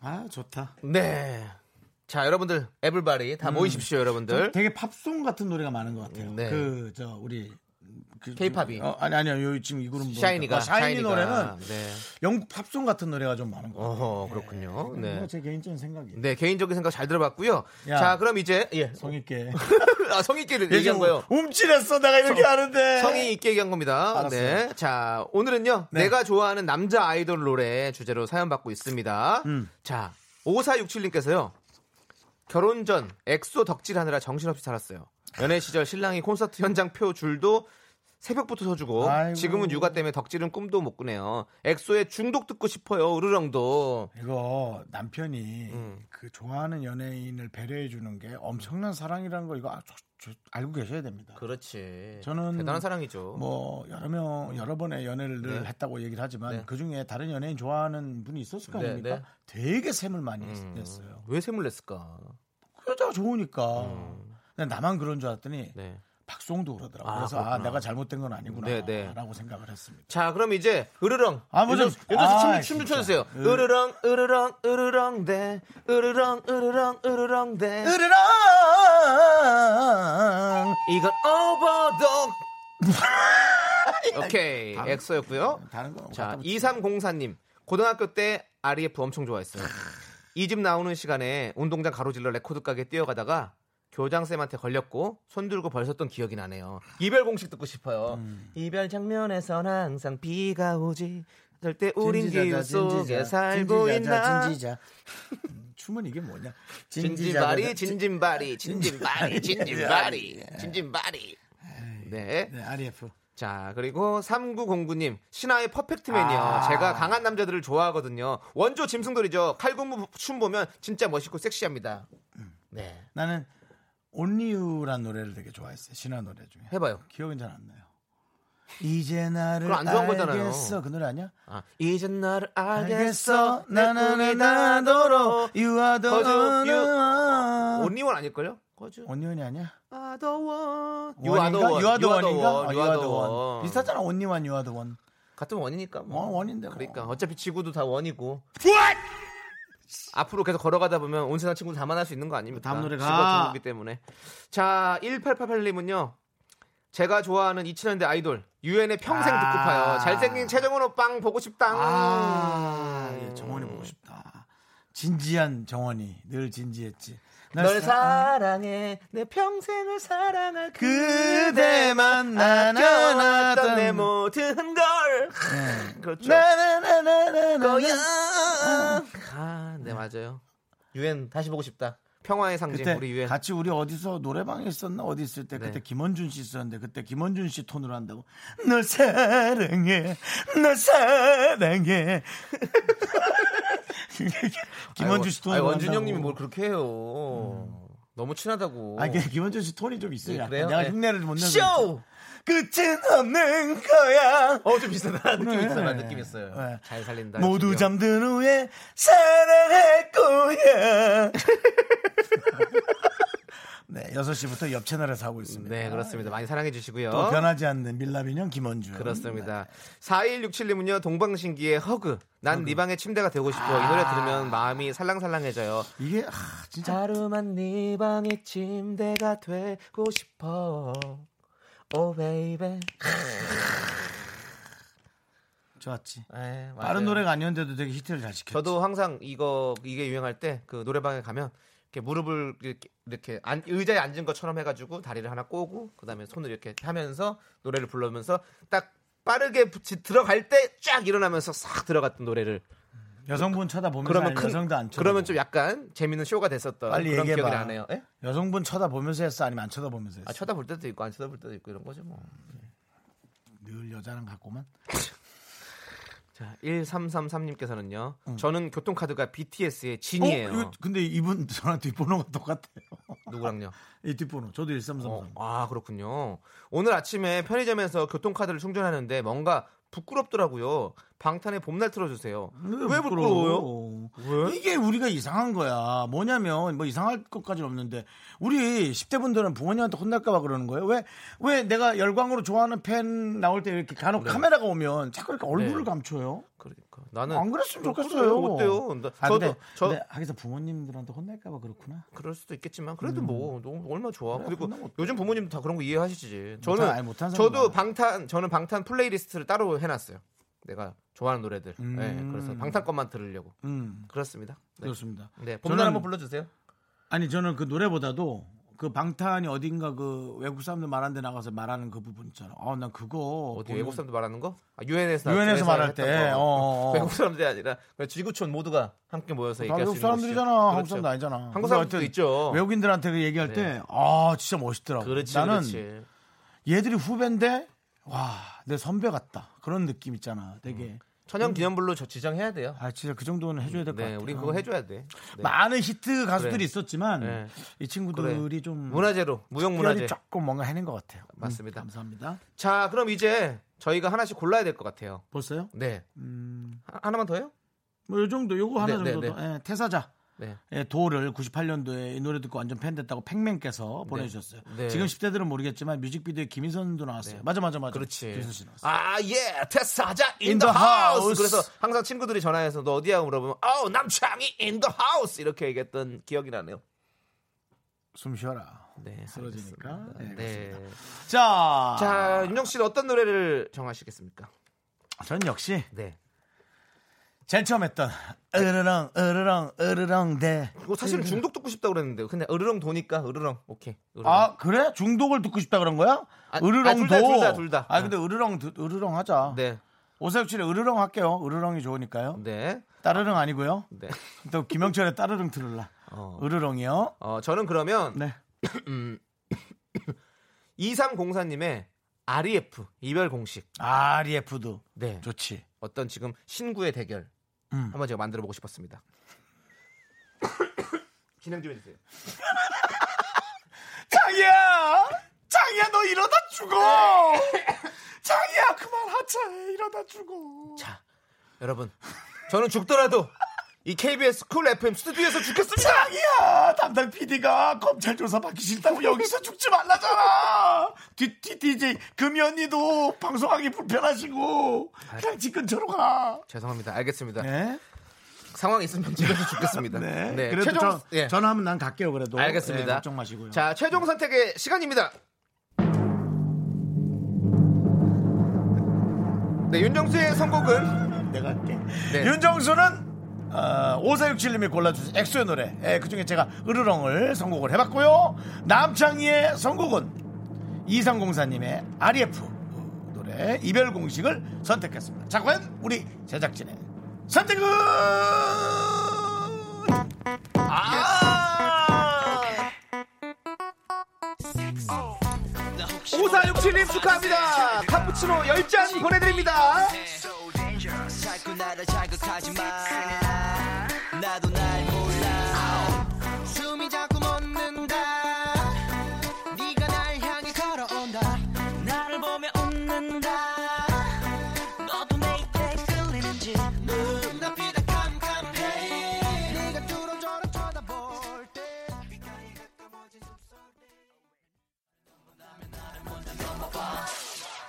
아 좋다.
네. 자, 여러분들 에블바디
음.
다 모이십시오, 여러분들.
되게 팝송 같은 노래가 많은 것 같아요.
네.
그 저 우리 그,
케이팝이.
어, 아니 아니요 요 지금 이 그룹
샤이니가
어, 샤이니
샤이니가.
노래는
네.
영국 팝송 같은 노래가 좀 많은 것 같아요.
어허, 그렇군요. 네.
이거 제 개인적인 생각이에요.
네, 개인적인 생각 잘 들어봤고요.
음. 야.
자, 그럼 이제 예.
성있게
*laughs* 아, 성의 있게
예전
얘기한 거예요.
움찔했어 내가 이렇게 하는데.
성의 있게 얘기한 겁니다.
알았어요.
네. 자, 오늘은요.
네.
내가 좋아하는 남자 아이돌 노래 주제로 사연 받고 있습니다.
음.
자, 5467님께서요. 결혼 전 엑소 덕질하느라 정신없이 살았어요. 연애 시절 신랑이 콘서트 현장 표 줄도 새벽부터 서주고
아이고.
지금은 육아 때문에 덕질은 꿈도 못 꾸네요. 엑소의 중독 듣고 싶어요. 우르렁도.
이거 남편이
음.
그 좋아하는 연예인을 배려해 주는 게 엄청난 사랑이라는 거 이거 아- 저- 저- 알고 계셔야 됩니다.
그렇지.
저는
대단한 사랑이죠.
뭐 여러 명 여러 번의 연애를 늘
네.
했다고 얘기를 하지만
네.
그 중에 다른 연예인 좋아하는 분이 있었을 거
네,
아닙니까?
네.
되게 샘을 많이
음,
냈어요.
왜 샘을 냈을까?
그 여자가 좋으니까.
음.
근데 나만 그런 줄 알았더니
네.
박수홍도 그러더라고.
아,
요 그래서 아
그렇구나.
내가 잘못된 건
네, 네.
아니구나라고 생각을 했습니다.
자, 그럼 이제 으르렁.
아, 뭐 좀-
윤정수- 윤정수
아,
춤, 춤좀
진짜.
춰주세요.
으-
으르렁, 으르렁, 으르렁 대. 으르렁, 으르렁, 으르렁 네. 대.
으르렁
이건
*laughs*
오버독. 오케이.
다른-
엑소였고요.
다른 건
자,
뭐 갖다 붙이고.
2304님. 고등학교 때 RF 엄청 좋아했어요. 이 집 나오는 시간에 운동장 가로질러 레코드 가게 뛰어가다가 교장쌤한테 걸렸고 손 들고 벌섰던 기억이 나네요. 이별 공식 듣고 싶어요.
음.
이별 장면에선 항상 비가 오지. 절대 우린 기후
진지자자,
속에
진지자,
살고
진지자자,
있나.
진지자. 음, 춤은 이게 뭐냐?
진진바리,
진지자자,
진진바리, 진진바리,
진진바리,
진진바리, 진진바리.
*laughs*
네.
네, RF.
자, 그리고 3909님, 신화의 퍼펙트맨이요.
아.
제가 강한 남자들을 좋아하거든요. 원조 짐승돌이죠. 칼군무 춤 보면 진짜 멋있고 섹시합니다. 네.
나는 온리유란 노래를 되게 좋아했어요. 신화 노래 중에.
해봐요.
기억은 잘 안 나요. 이제 나를
그거 안 좋아한 거잖아요.
알겠어 그 노래 아니야?
아, 이젠 나를 알겠어.
알겠어
내 꿈이
나나나나도록
나도록.
유아도
거주,
유
온리원 아닐걸요? 거죠.
온리원이 아니야?
아더원.
어. 원인가?
유아더원.
유아더원인가?
유아더원.
유아더원 비슷하잖아 온리원 유아더원
같은 원이니까. 뭐.
원- 원인데 뭐.
그러니까 어차피 지구도 다 원이고. 앞으로 계속 걸어가다 보면 온 세상 친구 다 만날 수 있는 거 아닙니까?
다음 노래가.
기 때문에. 자, 1888님은요. 제가 좋아하는 2000년대 아이돌 유엔의 평생
아.
듣고 파요. 잘생긴 최정원 오빵 보고 싶당.
아 예, 정원이 보고 싶다 진지한 정원이 늘 진지했지 날
널
사랑-
사랑해 내 평생을 사랑할 그
그대만 나나나던
아껴놨던 내 모든 걸
네.
그렇죠
나나나나나나
거야. 아, 네 맞아요. 유엔 다시 보고 싶다. 평화의 상징
그때
우리 유엔.
같이 우리 어디서 노래방에 있었나 어디 있을 때 그때
네.
김원준 씨 있었는데 그때 김원준 씨 톤으로 한다고 널 사랑해 널
*laughs*
사랑해 김원준 씨 톤으로
아니, 원준
한다고.
형님이 뭘 그렇게 해요. 너무 친하다고.
아니 그냥 김원준 씨 톤이 좀 있어요
네,
약간.
그래요?
내가
네.
흉내를 못 내서
쇼!
끝은 없는 거야
어좀 비슷하다 느낌
네.
있어요. 느낌 있어요.
네.
잘 살린다.
모두
지금.
잠든 후에 사랑할
*laughs*
거야 네 6시부터 옆 채널에서 하고 있습니다
네 그렇습니다. 많이 사랑해 주시고요.
또 변하지 않는 밀라빈형 김원준
어? 그렇습니다. 4167님은요, 동방신기의 허그. 난 네 방의 침대가 되고 싶어. 이 노래
아.
들으면 마음이 살랑살랑해져요.
이게 아, 진짜
하루만 네 방의 침대가 되고 싶어. 오 베이베.
좋았지
네,
다른 노래가 아니었는데도 되게 히트를 잘 시켰죠.
저도 항상 이거 이게 유행할 때 그 노래방에 가면 이렇게 무릎을 이렇게, 이렇게 안- 의자에 앉은 것처럼 해가지고 다리를 하나 꼬고 그다음에 손을 이렇게 하면서 노래를 부르면서 딱 빠르게 붙이 들어갈 때 쫙 일어나면서 싹 들어갔던 노래를
여성분 쳐다보면서
그러면
아니면
큰
여성도 안 쳐다보고.
그러면 좀 약간 재밌는 쇼가 됐었던
빨리
그런
얘기해봐.
기억이 나네요. 예?
여성분 쳐다보면서 했어 아니면 안 쳐다보면서 했어.
아, 쳐다볼 때도 있고 안 쳐다볼 때도 있고 이런 거죠 뭐.
늘 여자랑 같구만.
자, 1333님께서는요. 저는 교통카드가 BTS의 진이에요.
어? 이거- 근데 이분 *laughs* 저랑 뒷번호가 똑같아요.
누구랑요?
이 뒷번호. 저도 1333.
어, 아 그렇군요. 오늘 아침에 편의점에서 교통카드를 충전하는데 뭔가 부끄럽더라고요. 방탄의 봄날 틀어주세요. 왜 부끄러워요? 왜?
이게 우리가 이상한 거야. 뭐냐면 뭐 이상할 것까지는 없는데 우리 10대 분들은 부모님한테 혼날까 봐 그러는 거예요. 왜 왜 내가 열광으로 좋아하는 팬 나올 때 이렇게 간혹 카메라가 오면 자꾸 이렇게 얼굴을
네.
감춰요?
그러니까 나는
안 그랬으면 좋겠어요.
어때요? 나-
아,
저도
근데,
저
근데 하기서 부모님들한테 혼날까 봐 그렇구나.
그럴 수도 있겠지만 그래도 뭐 너무 얼마 나 좋아.
음. 그래,
그리고
혼나면 어떡해.
요즘 부모님도 다 그런 거 이해하시지. 저는
못한- 아니, 못한 사람도
저도
많아요.
방탄 저는 방탄 플레이리스트를 따로 해놨어요. 내가 좋아하는 노래들.
음.
네, 그래서 방탄 것만 들으려고.
음.
그렇습니다. 네,
그렇습니다.
네
저는-
봄날 한번 불러주세요.
아니 저는 그 노래보다도 그 방탄이 어딘가 그 외국 사람들 말하는 데 나가서 말하는 그 부분 있잖아. 어, 난 그거
어디
보면-
외국 사람들 말하는 거? 아, 유엔에서
UN 에서 말할 때, 어, 어, 어.
외국 사람들이 아니라 그냥 지구촌 모두가 함께 모여서
다
얘기할 수
외국
있는
사람들이잖아.
곳이죠.
한국
그렇죠.
사람도 아니잖아.
한국
근데
사람들도
하여튼
있죠.
외국인들한테 그 얘기할
네.
때 아 진짜 멋있더라고.
그렇지,
나는
그렇지.
얘들이 후배인데 와 내 선배 같다 그런 느낌 있잖아. 되게
음. 천연 기념물로 저 지정해야 돼요.
음. 아 진짜 그 정도는 해줘야 될 것
네,
같아.
우리 그거 해줘야 돼. 네.
많은 히트 가수들이
그래.
있었지만
네.
이 친구들이
그래.
좀
문화재로 무형
특별히
문화재.
조금 뭔가 해낸 것 같아요. 음,
맞습니다.
감사합니다.
자, 그럼 이제 저희가 하나씩 골라야 될 것 같아요.
벌써요?
네,
음,
하- 하나만 더요?
뭐 요 정도 요거 하나
네, 네,
정도 더. 예, 태사자.
네.
예, 도를 98년도에 이 노래 듣고 완전 팬 됐다고 팽맨께서 보내주셨어요.
네.
지금 10대들은 모르겠지만 뮤직비디오에 김희선도 나왔어요.
네.
맞아, 맞아, 맞아.
그렇지.
김희선 씨 나왔어요.
아, 예, 테사자
In
인더
the
하우스.
house.
그래서 항상 친구들이 전화해서 너 어디야 물어보면 아우 남창이 인더 하우스 이렇게 얘기했던 기억이 나네요.
숨 쉬어라.
네,
쓰러지니까. 네,
네.
자,
자, 윤정 씨는 어떤 노래를 정하시겠습니까?
전 역시
네.
제일 처음 했던 으르렁, 으르렁, 으르렁 대.
이거 뭐 사실은 중독 듣고 싶다고 그랬는데 근데 으르렁 도니까 으르렁 오케이. 으르렁.
아 그래? 중독을 듣고 싶다 그런 거야?
아, 아,
으르렁도.
둘 다, 둘 다, 둘 다.
아 근데 으르렁 듣- 으르렁 하자.
네.
오사육칠에 으르렁 할게요. 으르렁이 좋으니까요.
네.
따르릉 아니고요.
네.
또 김영철의 따르릉 들을라.
어.
으르렁이요.
어, 저는 그러면
네.
2304님의 REF 이별 공식.
REF도
네.
아, 좋지.
어떤 지금 신구의 대결
음.
한번 제가 만들어 보고 싶었습니다. *coughs* 진행 좀 해주세요.
*laughs* 장이야! 장이야, 너 이러다
*coughs*
죽어! 장이야, 그만 하자. 이러다 죽어.
자, 여러분, 저는 죽더라도 이 KBS 쿨 FM 스튜디오에서 죽겠습니다.
장이야! 담당 PD가 검찰 조사 받기 싫다고 여기서 죽지 말라잖아! 뒤, 뒤, DJ, 금이 언니도 방송하기 불편하시고, 그냥 집 근처로 가.
죄송합니다. 알겠습니다.
네.
상황 이 있으면 집에서 죽겠습니다.
네. 그래도 전,
예.
전화하면 난 갈게요, 그래도.
알겠습니다.
예, 걱정 마시고요.
자, 최종 선택의 시간입니다. 네, 윤정수의 선곡은
내가 할게.
네.
윤정수는 어, 5467님이 골라주신 엑소의 노래 예, 그중에 제가 으르렁을 선곡을 해봤고요 남창희의 선곡은 2304님의 RF 노래 이별 공식을 선택했습니다 자 과연 우리 제작진의 선택은
아! 생일님 축하합니다. 카푸치노 10잔 보내드립니다.
자꾸 나를 자극하지 마 나도 날 몰라 숨이 자꾸 멎는다 네가 날 향해 걸어온다 나를 보며 웃는다 너도 내게 끌리는지 눈앞이 다 깜깜해 네가 뚫어져라 쳐다볼 때 빛깔이 가까워진 숲속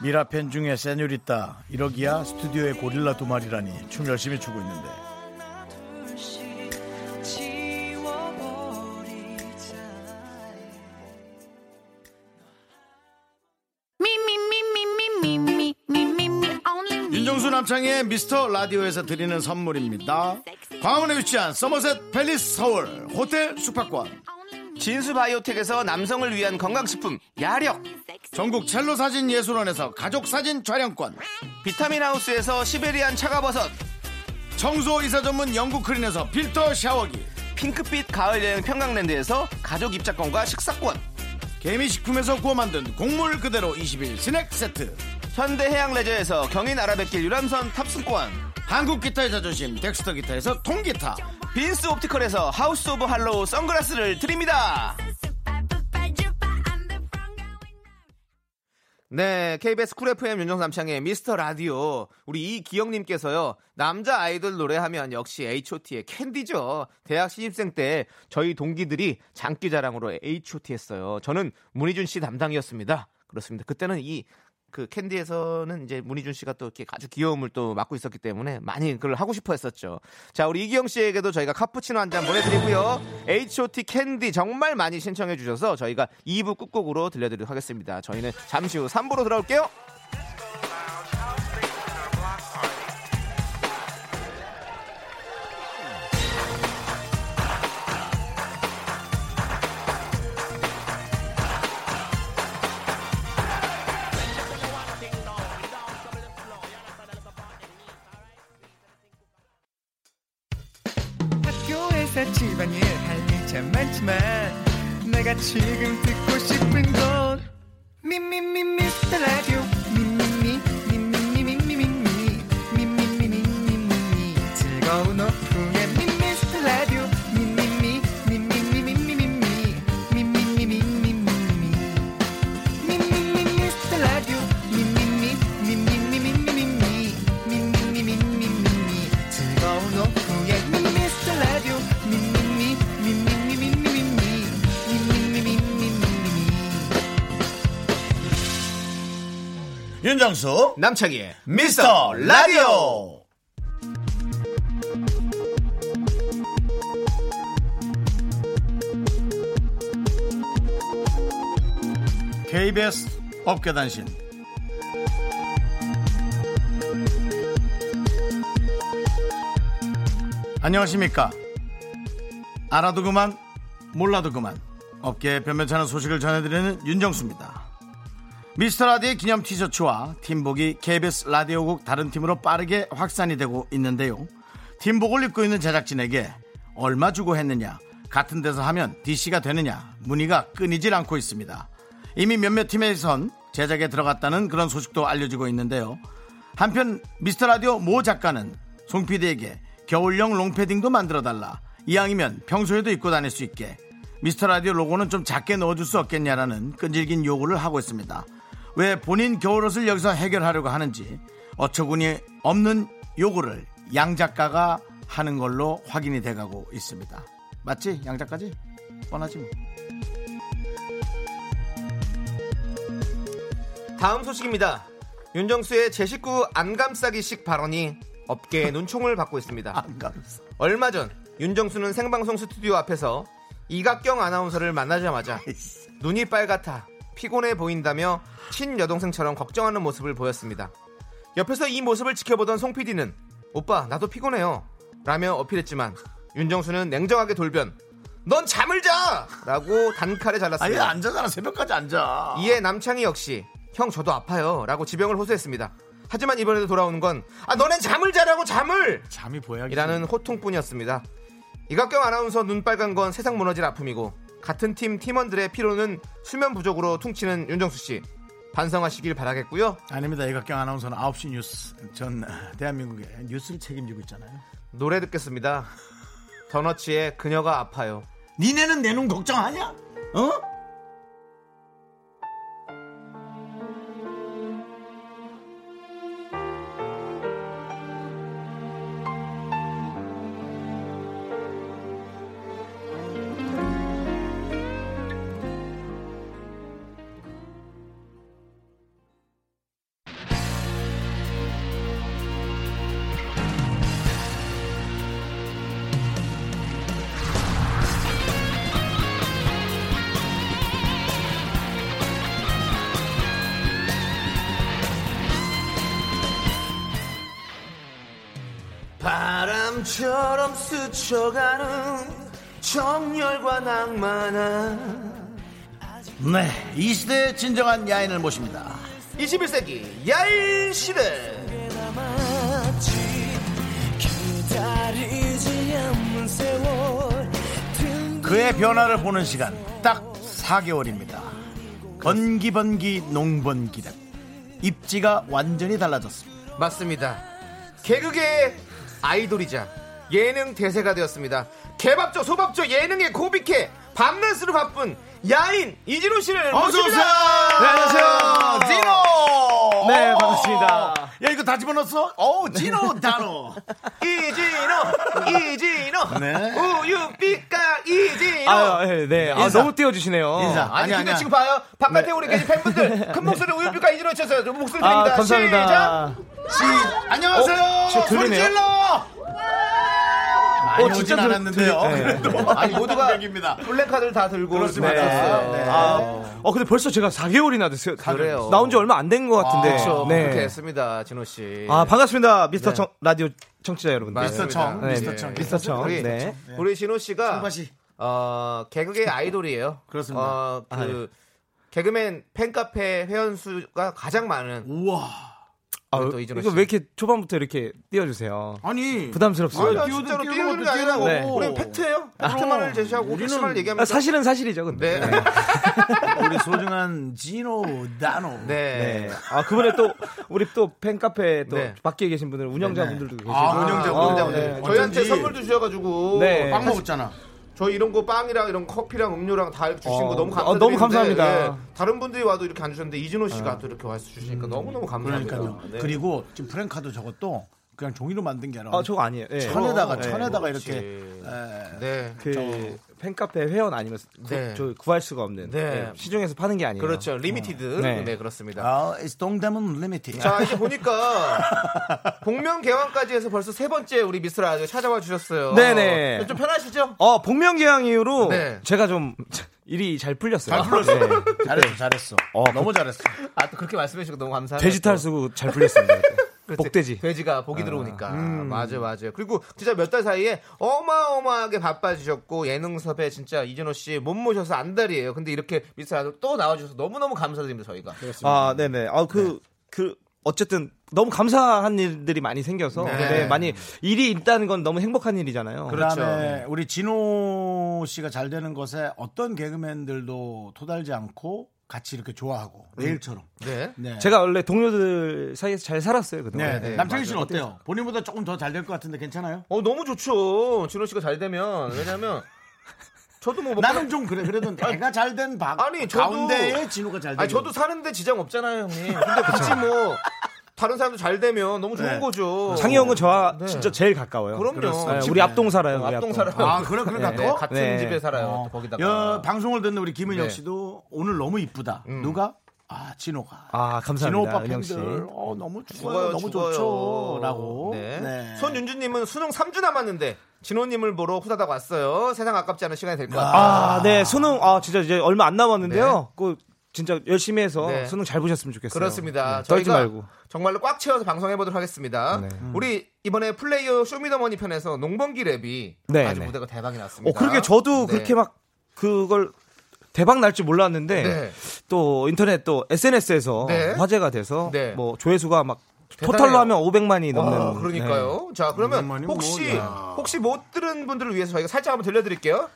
미라 팬 중에 세뇨리따 이러기야 스튜디오에 고릴라 두 마리라니 춤 열심히 추고 있는데 윤정수 남창의 미스터 라디오에서 드리는 선물입니다 광화문에 위치한 서머셋 팰리스 서울 호텔 숙박권
진수 바이오텍에서 남성을 위한 건강식품 야력
전국 첼로 사진 예술원에서 가족 사진 촬영권
비타민 하우스에서 시베리안 차가버섯
청소 이사 전문 영국 크린에서 필터 샤워기
핑크빛 가을여행 평강랜드에서 가족 입장권과 식사권
개미식품에서 구워 만든 곡물 그대로 20일 스낵 세트
현대해양레저에서 경인아라뱃길 유람선 탑승권
한국 기타의 자존심 덱스터 기타에서 통기타
빈스 옵티컬에서 하우스 오브 할로우 선글라스를 드립니다
네, KBS 쿨 FM 윤정 남창의 미스터 라디오. 우리 이기영님께서요, 남자 아이돌 노래하면 역시 HOT의 캔디죠. 대학 신입생 때 저희 동기들이 장기자랑으로 HOT 했어요. 저는 문희준 씨 담당이었습니다. 그렇습니다. 그때는 이 그 캔디에서는 이제 문희준 씨가 또 이렇게 아주 귀여움을 또 맡고 있었기 때문에 많이 그걸 하고 싶어 했었죠. 자, 우리 이기영 씨에게도 저희가 카푸치노 한 잔 보내드리고요. HOT 캔디 정말 많이 신청해 주셔서 저희가 2부 끝곡으로 들려드리도록 하겠습니다. 저희는 잠시 후 3부로 돌아올게요.
학교에서 집안일 할 일 참 많지만 내가 지금 듣고 싶은 건 미미미 미스터 라디오 미미미 미미미 미미미 미미미 미미미 미미미 즐거운 오후에 미스터 라디오 미미미 미미미 미미미 미미미 미미미 미미미
윤정수
남창희의
미스터 라디오 KBS 업계단신 안녕하십니까 알아도 그만 몰라도 그만 업계에 변변찮은 소식을 전해드리는 윤정수입니다 미스터 라디의 기념 티셔츠와 팀복이 KBS 라디오국 다른 팀으로 빠르게 확산이 되고 있는데요. 팀복을 입고 있는 제작진에게 얼마 주고 했느냐, 같은 데서 하면 DC가 되느냐 문의가 끊이질 않고 있습니다. 이미 몇몇 팀에선 제작에 들어갔다는 그런 소식도 알려지고 있는데요. 한편 미스터 라디오 모 작가는 송 PD에게 겨울용 롱패딩도 만들어 달라. 이왕이면 평소에도 입고 다닐 수 있게 미스터 라디오 로고는 좀 작게 넣어줄 수 없겠냐라는 끈질긴 요구를 하고 있습니다. 왜 본인 겨울옷을 여기서 해결하려고 하는지 어처구니 없는 요구를 양 작가가 하는 걸로 확인이 돼가고 있습니다. 맞지? 양 작가지? 뻔하지 뭐.
다음 소식입니다. 윤정수의 제 식구 안 감싸기식 발언이 업계의 눈총을 받고 있습니다.
아, 안 감싸.
얼마 전 윤정수는 생방송 스튜디오 앞에서 이각경 아나운서를 만나자마자 눈이 빨갛다 피곤해 보인다며 친여동생처럼 걱정하는 모습을 보였습니다. 옆에서 이 모습을 지켜보던 송 PD는 오빠 나도 피곤해요 라며 어필했지만 윤정수는 냉정하게 돌변 넌 잠을 자! 라고 단칼에
아니
잘랐습니다.
앉아잖아 새벽까지 앉아.
이에 남창희 역시 형 저도 아파요 라고 지병을 호소했습니다. 하지만 이번에도 돌아오는 건 아 너넨 잠을 자라고 잠을!
잠이 보약이지.
이라는 호통뿐이었습니다. 이각경 아나운서 눈 빨간 건 세상 무너질 아픔이고 같은 팀 팀원들의 피로는 수면 부족으로 퉁치는 윤정수 씨. 반성하시길 바라겠고요.
아닙니다. 이각경 아나운서는 9시 뉴스 전 대한민국의 뉴스를 책임지고 있잖아요.
노래 듣겠습니다. 더너츠의 그녀가 아파요.
니네는 내 눈 걱정하냐? 어?
바람처럼 스쳐가는 정열과 낭만아
네, 이 시대의 진정한 야인을 모십니다.
21세기 야인 시대.
남았지 기다리지 않는 세월
그의 변화를 보는 시간 딱 4개월입니다. 번기번기 농번기답 입지가 완전히 달라졌습니다.
맞습니다. 개그계의 아이돌이자 예능 대세가 되었습니다. 개밥조 소밥조 예능의 고비케 밤낮으로 바쁜 야인 이진호 씨를 모십니다.
네, 안녕하세요. 디노. 네, 반갑습니다. 야 이거 다 집어넣었어? 오, 디노 다노.
이진호, 이진호,
네.
우유 빛깔 이진호.
아, 예, 네. 아,
인사.
너무 띄워주시네요.
인사.
아니,
어, 아니,
근데
아니야.
지금 봐요. 바깥에 우리 계신 팬분들 큰 목소리 우유 빛깔 이진호 쳐서 목소리 드립니다.
아, 감사합니다.
지, 안녕하세요.
진짜
소리
들리네요?
질러. 많이
어, 진짜
오진
들-
않았는데요.
들- 네.
그래도 아니 모두가 입니다.
시작. 블랙카드를 다 들고
그렇습니다.
왔어요.
네.
아, 어, 근데 벌써 제가 4개월이나 됐어요. 다-
그래요.
나온 지 얼마 안 된 것 같은데.
그렇죠.
네.
그렇게 했습니다, 진호 씨.
아, 반갑습니다. 미스터 청, 라디오 청취자 여러분들.
맞습니다.
미스터 청,
네,
미스터
네.
청.
미스터 청.
우리,
네.
우리 진호 씨가
청바시.
어, 개그계 아이돌이에요.
그렇습니다.
어, 그 개그맨 팬카페 회원 수가 가장 많은
우와.
아,
우리 또 이준호
이거
씨.
왜 이렇게 초반부터 이렇게 띄워주세요.
아니. 그
부담스럽습니다.
아니야, 진짜로 뛰어오는 게 아니라
네.
우리 팩트예요. 팩트만을 제시하고 팩트만을
아,
얘기합니다.
사실은 사실이죠, 근데.
네.
우리 *laughs* 소중한 지노 다노.
네.
네. 아, 그분의 또, 우리 또 팬카페 또
네.
밖에 계신 분들, 운영자분들도 계시고.
아, 운영자분,
네.
운영자분들.
저희한테
어쩐지
선물도 주셔가지고
네.
빵 먹었잖아.
저희 이런 거 빵이랑 이런 커피랑 음료랑 다 주신
어,
거 너무
아,
감사드리는데 예,
너무 감사합니다. 아.
다른 분들이 와도 이렇게 안 주셨는데 이진호 씨가 또 이렇게 와서 주시니까
음,
너무 너무 감사합니다.
그러니까요.
네.
그리고 지금 프랭카도 저것도 그냥 종이로 만든 게 아니라 어,
아, 저거 아니에요. 예.
천에다가
네.
천에다가
그렇지.
이렇게 에,
네.
그 팬카페 회원 아니면 구,
네.
저 구할 수가 없는
네.
예, 시중에서 파는 게 아니에요.
그렇죠. 리미티드. 네.
네.
그렇습니다.
아, it's 동대문 리미티.
자, 이제 보니까 복면 개왕까지 해서 벌써 세 번째 우리 미스터 라디오 찾아와 주셨어요.
네네.
좀 편하시죠?
어 복면 개항 이후로
네.
제가 좀 *laughs* 일이 잘 풀렸어요.
잘 풀렸어요. *laughs*
네.
*laughs*
잘했어, 잘했어. 그 너무 잘했어.
아, 또 그렇게 말씀해 주시고 너무 감사합니다.
돼지탈 쓰고 잘 풀렸습니다.
*laughs* 그렇지.
복돼지.
돼지가
아.
복이 들어오니까.
음.
맞아요, 맞아요. 그리고 진짜 몇 달 사이에 어마어마하게 바빠지셨고, 예능 섭외 진짜 이진호 씨 못 모셔서 안달이에요. 근데 이렇게 미스터 라디오 또 나와주셔서 너무너무 감사드립니다, 저희가.
아 네네. 아그 그 어쨌든 너무 감사한 일들이 많이 생겨서
네.
네, 많이 일이 있다는 건 너무 행복한 일이잖아요.
그렇죠.
그다음에 우리 진호 씨가 잘 되는 것에 어떤 개그맨들도 토달지 않고 같이 이렇게 좋아하고 내일처럼.
네.
네.
제가 원래 동료들 사이에서 잘 살았어요
네,
그동안.
네,
남창희 씨는 어때요? 본인보다 조금 더 잘 될 것 같은데 괜찮아요?
어, 너무 좋죠. 진호 씨가 잘 되면. 왜냐면, 저도 뭐. 못
나는 좀 그래. 그래도 내가 잘 된 바
아니, 저도-
가운데에 진호가 잘 돼.
아니 저도 사는데 지장 없잖아요 형님. 근데 굳이 뭐 다른 사람도 잘 되면 너무 좋은
네.
거죠.
창희 형은 저와
네.
진짜 제일 가까워요.
그럼요.
네,
집-
우리 앞동 살아요. 우리
앞동 살아요.
아, 그래, 그래,
네,
같고?
같은
네.
집에 살아요.
어,
또 거기다가.
여, 방송을 듣는 우리 김은혁
네.
씨도 오늘 너무 이쁘다. 누가? 아, 진호가.
아
진호 오빠
감사합니다. 은영 씨.
팬들 어, 너무
죽어요,
좋아요. 너무
죽어요.
좋죠라고.
네.
네.
손윤주님은 수능 3주 남았는데 진호님을 보러 후다닥 왔어요. 세상 아깝지 않은 시간이 될 것 같아요.
아, 네. 수능, 아, 진짜 이제 얼마 안 남았는데요. 그 진짜 열심히 해서
네.
수능 잘 보셨으면 좋겠어요.
그렇습니다.
네, 떨지
저희가
말고.
정말로 꽉 채워서 방송해보도록 하겠습니다.
네.
우리 이번에 플레이어 쇼미더머니 편에서 농번기 랩이
네,
아주
네.
무대가 대박이 났습니다.
어, 그렇게 저도
네.
그렇게 막 그걸 대박 날 줄 몰랐는데
네.
또 인터넷 또 SNS에서
네.
화제가 돼서
네.
뭐 조회수가 막
대단해요.
토탈로 하면 500만이
아,
넘는 네.
그러니까요. 자, 그러면
오랜만에
혹시
뭐야.
혹시 못 들은 분들을 위해서 저희가 살짝 한번 들려드릴게요.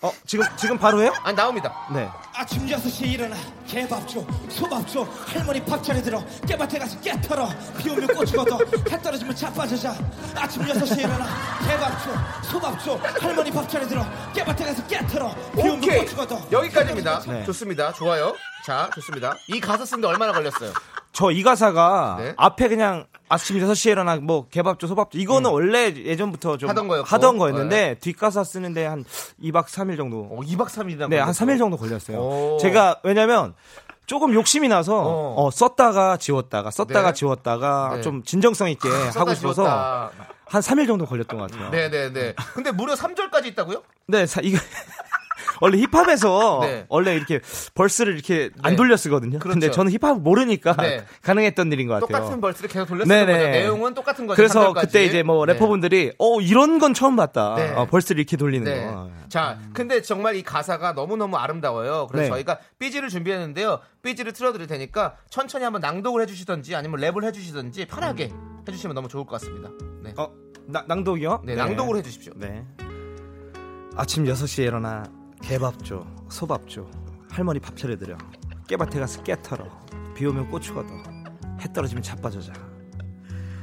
어, 지금 지금 바로 해요?
아, 나옵니다.
네.
아침 6시에 일어나 개밥 줘 소밥 줘 할머니 밥 차려들어 깨밭에 가서 깨 털어 비 오면 꽃 죽어도 해 떨어지면 자빠져자 아침 6시에 일어나 개밥 줘 소밥 줘 할머니 밥 차려들어 깨밭에 가서 깨 털어 비 오면
오케이.
꽃 죽어도
여기까지입니다.
네.
좋습니다. 좋아요. 자, 좋습니다. 이 가사 쓰는데 얼마나 걸렸어요?
저 이 가사가
네.
앞에 그냥 아침 6시에 일어나 뭐 개밥조 소밥조 이거는 원래 예전부터 좀
음. 하던 거였고. 네.
는데 뒷가사 쓰는데 한 2박 3일 정도.
2박 어, 3일이나
네, 한 3일 정도 걸렸어요. 제가 왜냐면 조금 욕심이 나서
어.
어, 썼다가 지웠다가 썼다가
네.
지웠다가
네.
좀 진정성 있게
썼다
하고 싶어서
지웠다.
한 3일 정도 걸렸던 것 같아요.
네, 네, 네. 근데 무려 3절까지 있다고요?
네, 사, 이거 *laughs* 원래 힙합에서
네.
원래 이렇게 벌스를 이렇게 안 돌려 쓰거든요. 근데
그렇죠.
저는 힙합 모르니까
네.
*laughs* 가능했던 일인 것 같아요.
똑같은 벌스를 계속 돌렸을
네네.
거죠. 내용은 똑같은 거죠.
그래서
3절까지.
그때 이제 뭐
네.
래퍼분들이 어 이런 건 처음 봤다.
네.
어, 벌스를 이렇게 돌리는
네.
거.
자, 근데 정말 이 가사가 너무너무 아름다워요. 그래서
음. 네.
저희가 삐지를 준비했는데요. 삐지를 틀어드릴 테니까 천천히 한번 낭독을 해주시던지 아니면 랩을 해주시던지 편하게 해주시면 너무 좋을 것 같습니다. 네.
어, 낭독이요?
네,
네.
낭독을 해주십시오.
네. 아침 6시에 일어나 개밥 줘, 소밥 줘, 할머니 밥 차려드려, 깨밭에 가서 깨 털어, 비 오면 꽃 죽어도, 해 떨어지면 자빠져자.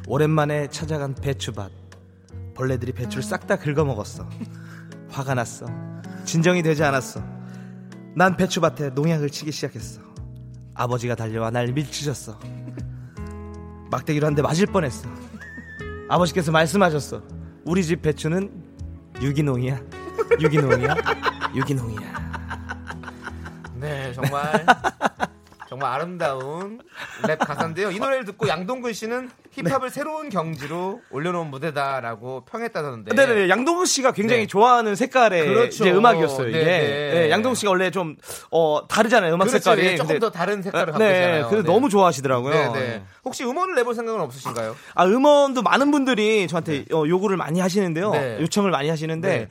오랜만에 찾아간 배추밭, 벌레들이 배추를 싹 다 긁어먹었어. 화가 났어. 진정이 되지 않았어. 난 배추밭에 농약을 치기 시작했어. 아버지가 달려와 날 밀치셨어. 막대기로 한 대 맞을 뻔했어. 아버지께서 말씀하셨어. 우리 집 배추는 유기농이야. 유기농이야. 유기농이야.
네,
*laughs*
정말 정말 아름다운 랩 가사인데요. 이 노래를 듣고 양동근 씨는
네.
힙합을 새로운 경지로 올려놓은 무대다라고 평했다던데.
네. 네네 양동근 씨가 굉장히
네.
좋아하는 색깔의
그렇죠.
이제 음악이었어요.
네,
이게
네.
네, 양동근 씨가 원래 좀 어, 다르잖아요. 음악
그렇죠.
색깔이
예, 조금 더 다른 색깔을 갖고
네,
있잖아요.
그래서
네.
너무 좋아하시더라고요.
네, 네. 혹시 음원을 내볼 생각은 없으신가요?
아 음원도 많은 분들이 저한테 어, 요구를 많이 하시는데요.
네.
요청을 많이 하시는데
네.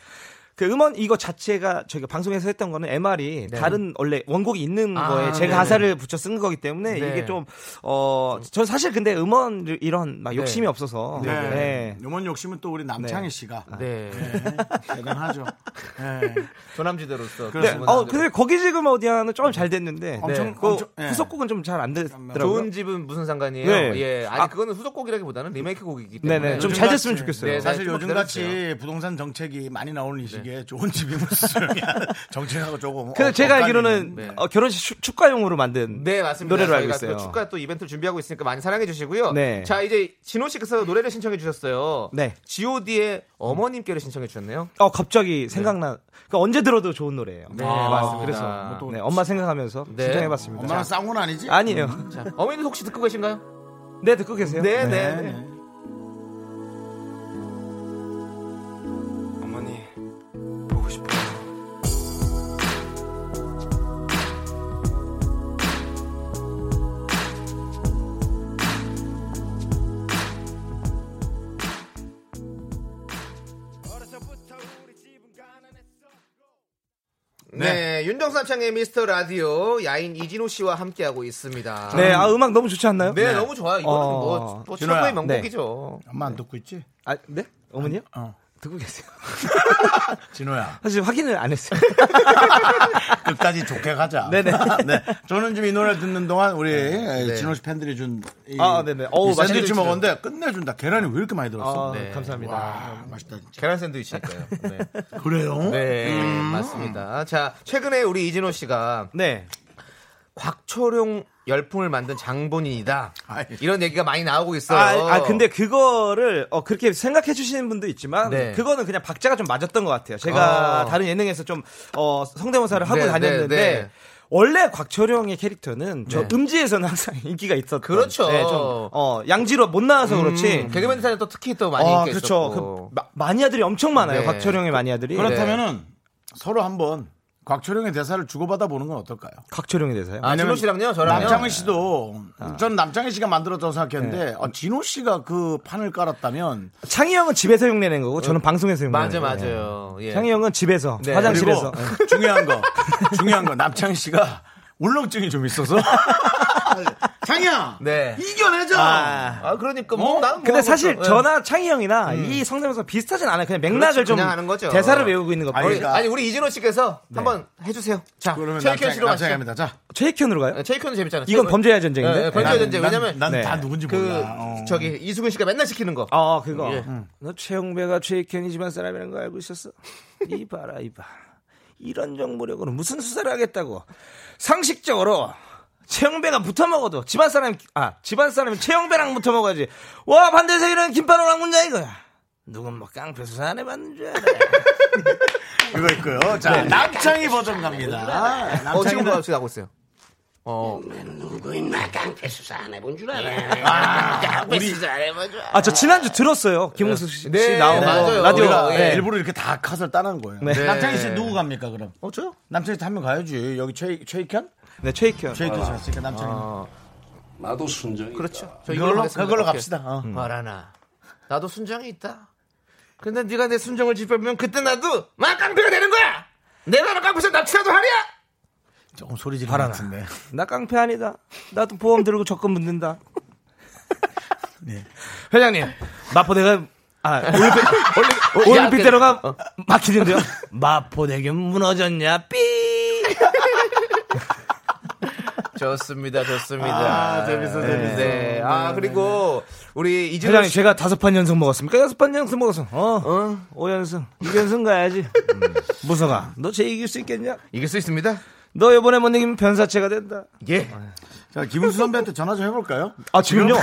그 음원 이거 자체가 저희가 방송에서 했던 거는 MR이
네.
다른 원래 원곡이 있는
아,
거에 제
네네.
가사를 붙여 쓴 거기 때문에
네.
이게 좀어전 사실 근데 음원 이런 막 욕심이 없어서
네.
네.
음원 욕심은 또 우리 남창희
네.
씨가
네.
*laughs*
대단하죠. 네.
조남지대로서.
네. 어 근데 거기 지금 어디야는 조금 잘 됐는데
엄청-
그
네. 엄청-
예.
후속곡은 좀 잘 안 됐더라고요.
좋은 집은 무슨 상관이에요?
네.
예. 아니
아.
그거는 후속곡이라기보다는 리메이크 곡이기 때문에
네네. 그렇죠. 좀
요즘
잘
같이-
됐으면 좋겠어요.
네,
사실
좀
요즘 같이 부동산 정책이 많이 나오는 이 시기에 좋은 집이 무슨 *laughs* 소리야. 정책하고 조금.
근데
어,
제가
엇갈리는.
알기로는
네.
어, 결혼식 축- 축가용으로 만든
네 맞습니다.
노래로 알고
저희가
있어요.
또 축가 또 이벤트를 준비하고 있으니까 많이 사랑해 주시고요.
네.
자 이제 진호 씨께서 노래를 신청해 주셨어요.
네.
G.O.D의 어머님께를 신청해 주셨네요.
어 갑자기 생각나. 그러니까 언제 들어도 좋은 노래예요.
네,
아,
맞습니다.
그래서
또
네, 엄마 생각하면서
네.
신청해봤습니다.
엄마랑
자,
싸운 건 아니지? 음.
아니에요.
자, 어머님도 혹시 듣고 계신가요?
*laughs* 네 듣고 계세요?
네, 네.
네.
어머니 보고 싶어요.
네, 윤정수 남창의 미스터 라디오 야인 이진호 씨와 함께하고 있습니다.
네, 아 음악 너무 좋지 않나요?
네, 너무 좋아요. 이거는
어,
뭐, 뭐
진호야.
최고의 명곡이죠.
엄마 안 듣고 있지?
아, 네? 어머니요?
어.
듣고 계세요? *laughs*
진호야.
사실 확인을 안 했어요.
끝까지 좋게 가자.
네네.
*laughs*
네.
네. 저는 지금 이 노래 듣는 동안 우리 예, 진호 씨 팬들이 준. 이
아, 네네. 어우,
이 샌드위치
맛있는
먹었는데 끝내준다. 계란이 왜 이렇게 많이 들었어?
아,
네.
감사합니다.
와, 맛있다. 진짜.
계란 샌드위치니까요. 네,
그래요?
*laughs* 네,
음.
맞습니다. 자, 최근에 우리 이진호 씨가
네.
곽초룡 열풍을 만든 장본인이다.
아이.
이런 얘기가 많이 나오고 있어요.
아, 아, 근데 그거를 어, 그렇게 생각해 주시는 분도 있지만
네.
그거는 그냥 박자가 좀 맞았던 것 같아요. 제가
아.
다른 예능에서 좀 어, 성대모사를 하고
네,
다녔는데
네, 네.
원래 곽철용의 캐릭터는 저
네.
음지에서는 항상 *laughs* 인기가 있었던
그렇죠.
네, 좀 어, 양지로 못 나와서 그렇지.
음, 개그맨 사에 또 특히 또 많이
아,
인기
그렇죠.
있었고.
그 마- 마니아들이 엄청 많아요.
네.
곽철용의 마니아들이.
그렇-
그렇다면은
네.
서로 한번 곽철용의 대사를 주고받아 보는 건 어떨까요?
곽철용의 대사요.
아, 진호 씨랑요? 저랑요? 아.
남창희 씨도 전 남창희 씨가 만들었다고 생각했는데
네.
어, 진호 씨가 그 판을 깔았다면
창희 형은 집에서 흉내낸 거고 저는 방송에서 흉내낸
어. 맞아,
거예요.
맞아요. 예.
네. 창희 형은 집에서
네.
화장실에서
*laughs* 그리고 중요한 거 중요한 거 남창희 씨가 울렁증이 좀 있어서 창이야.
네.
이겨내자.
아.
아, 그러니까
어?
뭐 나는 뭐
근데
하고
사실
있어. 예. 음.
저나 창희 형이나 이 성대모사 비슷하진 않아요. 그냥 맥락을
그렇지,
좀
그냥 하는 거죠.
대사를 외우고 있는 것
아니, 그러니까.
같아요. 네.
아니, 우리 이진호 씨께서 한번 해주세요. 자,
그러면
*laughs* 최익현
남창-
씨로 가시죠.
남창입니다.
자,
최익현으로 가요?
예, 최익현은 재밌잖아요.
이건 범죄의 전쟁인데? 아,
예, 예, 범죄의
난-
전쟁.
난-
왜냐면 네. 그
난다
누군지
몰라. 어.
저기 이수근 씨가 맨날 시키는 거.
아 그거.
예.
너 최영배가 최익현이 집안 사람이라는 거 알고 있었어? *laughs* 이봐라 이봐. 이런 정보력으로 무슨 수사를 하겠다고. 상식적으로 최영배가 붙어 먹어도 집안 사람 아 집안 사람이 최영배랑 붙어 먹어야지. 와 반대세기는 김판호랑 문자 이거야. 누군 뭐 깡패 수사 안 해봤는 줄 알아.
그거 있고요. 자,
네.
남창희 버전 갑니다.
어, 지금 뭐 지금 하고 있어요.
어.
누구 인마 깡패 수사 안 해본 줄 알아.
아,
깡패
우리-
수사 안 해본 줄 알아.
아 저 지난주 들었어요. 김홍수 씨,
네,
나온 거
맞아요.
라디오
우리가
네.
일부러 이렇게 다 컷을 따는 거예요.
네. 네.
남창희 씨 누구 갑니까 그럼?
어 저요?
남창희 씨 한 명 가야지. 여기 최 최익현?
네 최익현.
최익현 씨 왔으니까 남창희.
아, 나도 순정이.
그렇죠. 저
그걸로
이걸로 가겠습니다.
그걸로
오케이.
갑시다. 어.
음. 말하나. 나도 순정이 있다. 근데 네가 내 순정을 짚으면 그때 나도 막 깡패가 되는 거야. 내가 너 깡패에서 납치라도 하랴.
조금 어, 소리 지르는
바라나.
것 같은데.
나 깡패 아니다. 나도 보험 들고 적금 묻는다. 회장님, 마포대가 *laughs* 아, 올림픽, 올림픽,
어, 그-
올림픽 대로가 막히는데요. 그, 어. *laughs* 마포대교 무너졌냐? 삐.
좋습니다, 좋습니다.
아, 재밌어, 재밌어.
네. 아, 그리고 우리 이진호
회장님,
씨.
제가 다섯 판 연속 먹었습니까? 여섯 판 연속 먹었어. 어, 오 연승, 육 연승 가야지. 음. 무서가, 너 제 이길 수 있겠냐?
이길 수 있습니다.
너 이번에 못 이기면 변사체가 된다.
예.
*laughs* 자, 김수 선배한테 전화 좀 해볼까요?
아 지금요? 어?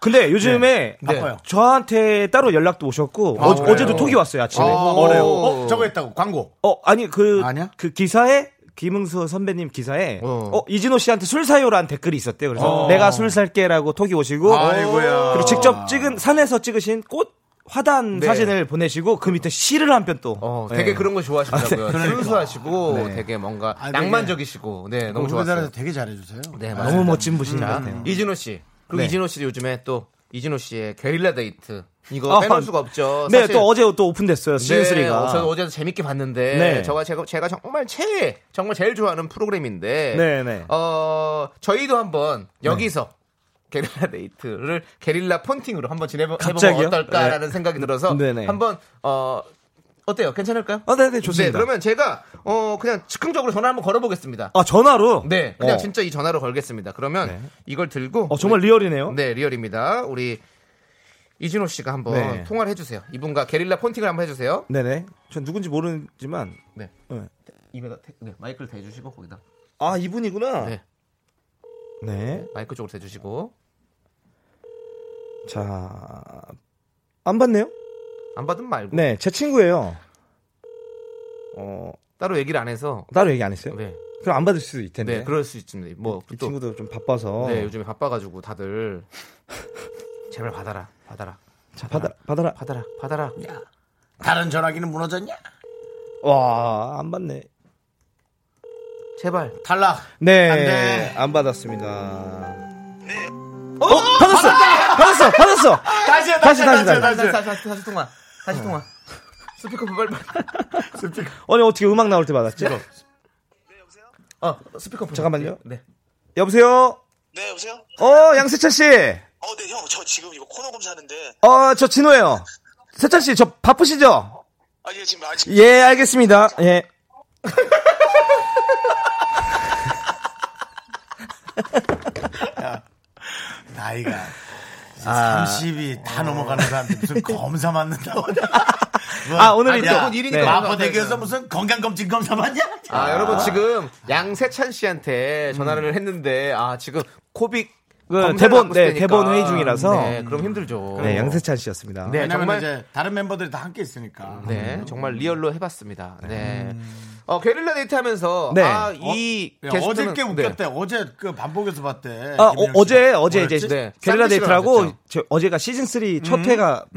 근데 요즘에
네.
바빠요. 저한테 따로 연락도 오셨고
아,
어,
그래요?
어제도 톡이 왔어요 아침에.
아, 그래요? 어, 저거 했다고 광고.
어 아니 그 그 기사에 김응수 선배님 기사에 어. 이진호 씨한테 술 사요라는 댓글이 있었대요. 그래서
어.
내가 술 살게라고 톡이 오시고
아이고야.
그리고 직접 찍은 산에서 찍으신 꽃 화단
네.
사진을 보내시고 그 밑에 시를 한 편 또.
어, 되게
네.
그런 거 좋아하시더라고요.
아, 네. 그러니까.
순수하시고
네.
되게 뭔가
아, 되게-
낭만적이시고 네 너무 좋았어요.
후배들한테 되게 잘해주세요.
네,
너무
맞습니다.
멋진 분이신
자,
것 같아요.
음. 이진호 씨. 그리고
네.
이진호 씨도 요즘에 또 이진호 씨의 게릴라 데이트 이거
아,
뭐 빼놓을 수가 없죠.
네,
사실-
또 어제 또 오픈됐어요. 시즌
네,
3가.
저는 어제도 재밌게 봤는데
네.
제가, 제가 제가 정말 최애 정말 제일 좋아하는 프로그램인데
네, 네.
어 저희도 한번 여기서 게릴라 데이트를 게릴라 폰팅으로 한번 진행해보면
네. 갑자기요?
어떨까라는
네.
생각이 들어서
네, 네.
한번 어 어때요? 괜찮을까요?
아, 네, 네, 좋습니다.
그러면 제가 어 그냥 즉흥적으로 전화 한번 걸어보겠습니다.
아 전화로?
네, 그냥
어.
진짜 이 전화로 걸겠습니다. 그러면 이걸 들고
어 정말 리얼이네요.
네, 리얼입니다. 우리 이진호 씨가 한번
네.
통화를 해주세요. 이분과 게릴라 폰팅을 한번 해주세요.
네네. 전 누군지 모르지만.
네.
네.
입에다 대- 네, 마이크를 대주시고 거기다
아 이분이구나.
네.
네.
마이크 쪽으로 대주시고
자. 안 봤네요?
안 받으면 말고
네, 제 친구예요. 어,
따로 얘기를 안 해서
따로 얘기 안 했어요?
네.
그럼 안 받을 수도 있텐데.
네, 그럴 수 있습니다. 뭐
이
또-
친구도 어. 좀 바빠서.
네, 요즘에 바빠가지고 다들 제발 받아라, 받아라,
자, 받아, 받아라.
받아라, 받아라.
다른 전화기는 무너졌냐?
와, 안 받네.
제발.
탈락.
네,
안
안,
돼.
받았습니다.
어,
받았어! 받았어! 받았어!
다시
다시, 다시, 다시.
다시 다시 다시 통화, 다시 통화. 스피커 빨리 스피커.
아니, 어떻게 음악 나올 때 받았지?
네,
아,
어, 스피커 폰.
잠깐만요.
네.
여보세요?
네, 여보세요?
어, 양세찬 씨!
어, 네, 형, 저 지금 이거 코너 검사하는데.
어, 저 진호예요. 세찬 씨, 저 바쁘시죠?
아, 예, 지금 아직.
예, 알겠습니다. 예.
나이가
아.
30이 다 넘어가는 사람들
네.
무슨 검사 맞는다고.
아, 오늘이 또-
아,
네.
마포대교에서 무슨 건강검진 검사 맞냐?
아, 여러분 지금 양세찬 씨한테 전화를 했는데 아 지금 코빅
음. 그
검사를
대본,
하고
네,
있으니까.
대본 회의 중이라서.
네, 그럼
어.
힘들죠.
네, 양세찬 씨였습니다.
네,
왜냐면
정말-
이제 다른 멤버들이 다 함께 있으니까.
네, 정말 리얼로 해봤습니다. 네. 어, 게릴라 데이트 하면서.
네.
아, 이.
어, 야,
게스트는-
어저께
네.
웃겼대. 어제 그 반복에서 봤대.
아,
김민혁
어, 제
씨가.
어제 이제
뭐였지? 네. 쌍둥이
게릴라
씨가
데이트라고
나왔었죠.
저- 어제가 시즌 3첫
음,
회가
음,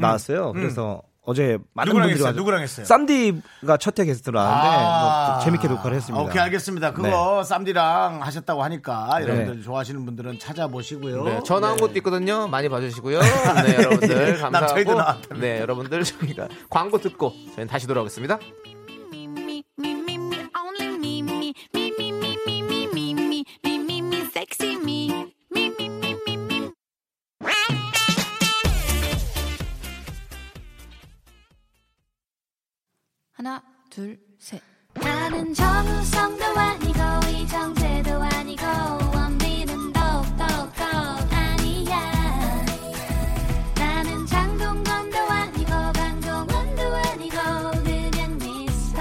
음.
나왔어요. 그래서 어제 많은
누구랑
분들이
했어요?
와서-
누구랑 했어요? 아.
쌈디가 첫회 게스트로 나왔는데 뭐좀 재밌게 녹화를 했습니다.
오케이 알겠습니다. 그거 쌈디랑 하셨다고 하니까
네.
여러분들 좋아하시는 분들은 찾아보시고요.
네, 전화 온 것도 있거든요. 많이 봐주시고요. 네, 여러분들.
남자애도
감사하고. 네, 여러분들. 저희가 광고 듣고 저희는 다시 돌아오겠습니다.
me, me, me, me, only me, me, me, me, me, me, me, me, me, me, me, me, sexy me.
하나, 둘, 셋.
나는 정우성도 아니고 이정재도 아니고 원빈은 더욱더 아니야 나는 장동건도 아니고 강동원도 아니고 그냥 미스터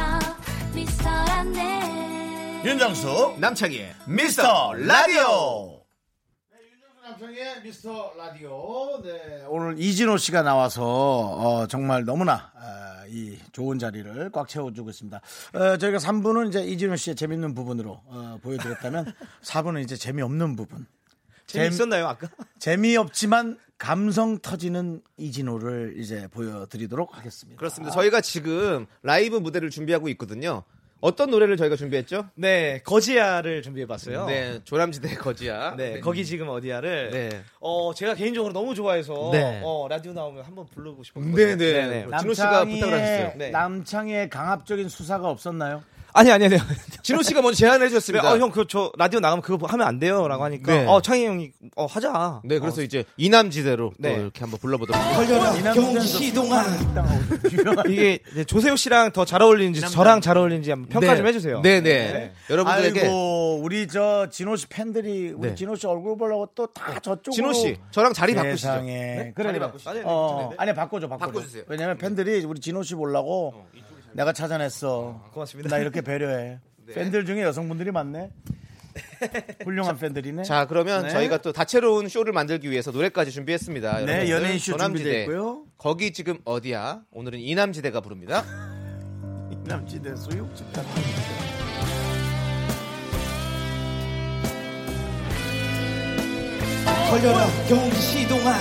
미스터란데
윤정수 남창희의 미스터 라디오
네, 남창의 미스터 라디오. 네.
오늘 이진호 씨가 나와서 어, 정말 너무나 아, 이 좋은 자리를 꽉 채워주고 있습니다. 어, 저희가 3부는 이제 이진호 씨의 재밌는 부분으로 어, 보여드렸다면 *laughs* 4부는 이제 재미없는 부분.
재밌었나요, 아까?
재미없지만 감성 터지는 이진호를 이제 보여드리도록 하겠습니다.
그렇습니다. 저희가 지금 라이브 무대를 준비하고 있거든요. 어떤 노래를 저희가 준비했죠?
네, 거지야를 준비해봤어요.
네, 조남지대 거지야.
네, 거기 지금 어디야를
네.
어 제가 개인적으로 너무 좋아해서
네.
어, 라디오 나오면 한번 부르고 싶었거든요.
네, 네. 진호 씨가 부탁을 하셨어요. 네.
남창의 강압적인 수사가 없었나요?
아니 *laughs* 아니 아니요.
진호 씨가 먼저 제안을 해주셨습니다.
어, 형 그 저 라디오 나가면 그거 하면 안 돼요라고 하니까
네.
어 창희 형이 어 하자.
네, 그래서 이제 이남지대로 또
네.
이렇게 한번 불러보도록
걸려라,
하겠습니다.
경기 시동아. 어, 이게 이제 조세호 씨랑 더 잘 어울리는지 저랑 잘 어울리는지 한번 평가
네.
좀 해주세요.
네, 네. *laughs* 여러분들에게-
아이고 우리 저 진호 씨 팬들이 우리
네. 어,
진호 씨 얼굴 보려고 또 다 저쪽으로
진호 씨, 저랑 자리
세상에.
바꾸시죠.
그래
네?
그래.
자리 바꾸시죠. 아니, 아니,
어,
괜찮은데?
아니 바꿔줘 바꿔줘.
바꿔주세요. 어,
왜냐면 팬들이 우리 진호 씨 보려고 내가 찾아냈어.
고맙습니다.
나 이렇게 배려해.
*laughs* 네.
팬들 중에 여성분들이
*laughs*
많네. 훌륭한 팬들이네.
자, 그러면
네.
저희가 또 다채로운 쇼를 만들기 위해서 노래까지 준비했습니다.
네,
여러분들,
연예인 쇼
조남지대.
준비됐고요.
거기 지금 어디야? 오늘은 이남지대가 부릅니다.
남지대 소유욕집
걸려라 경기 시동아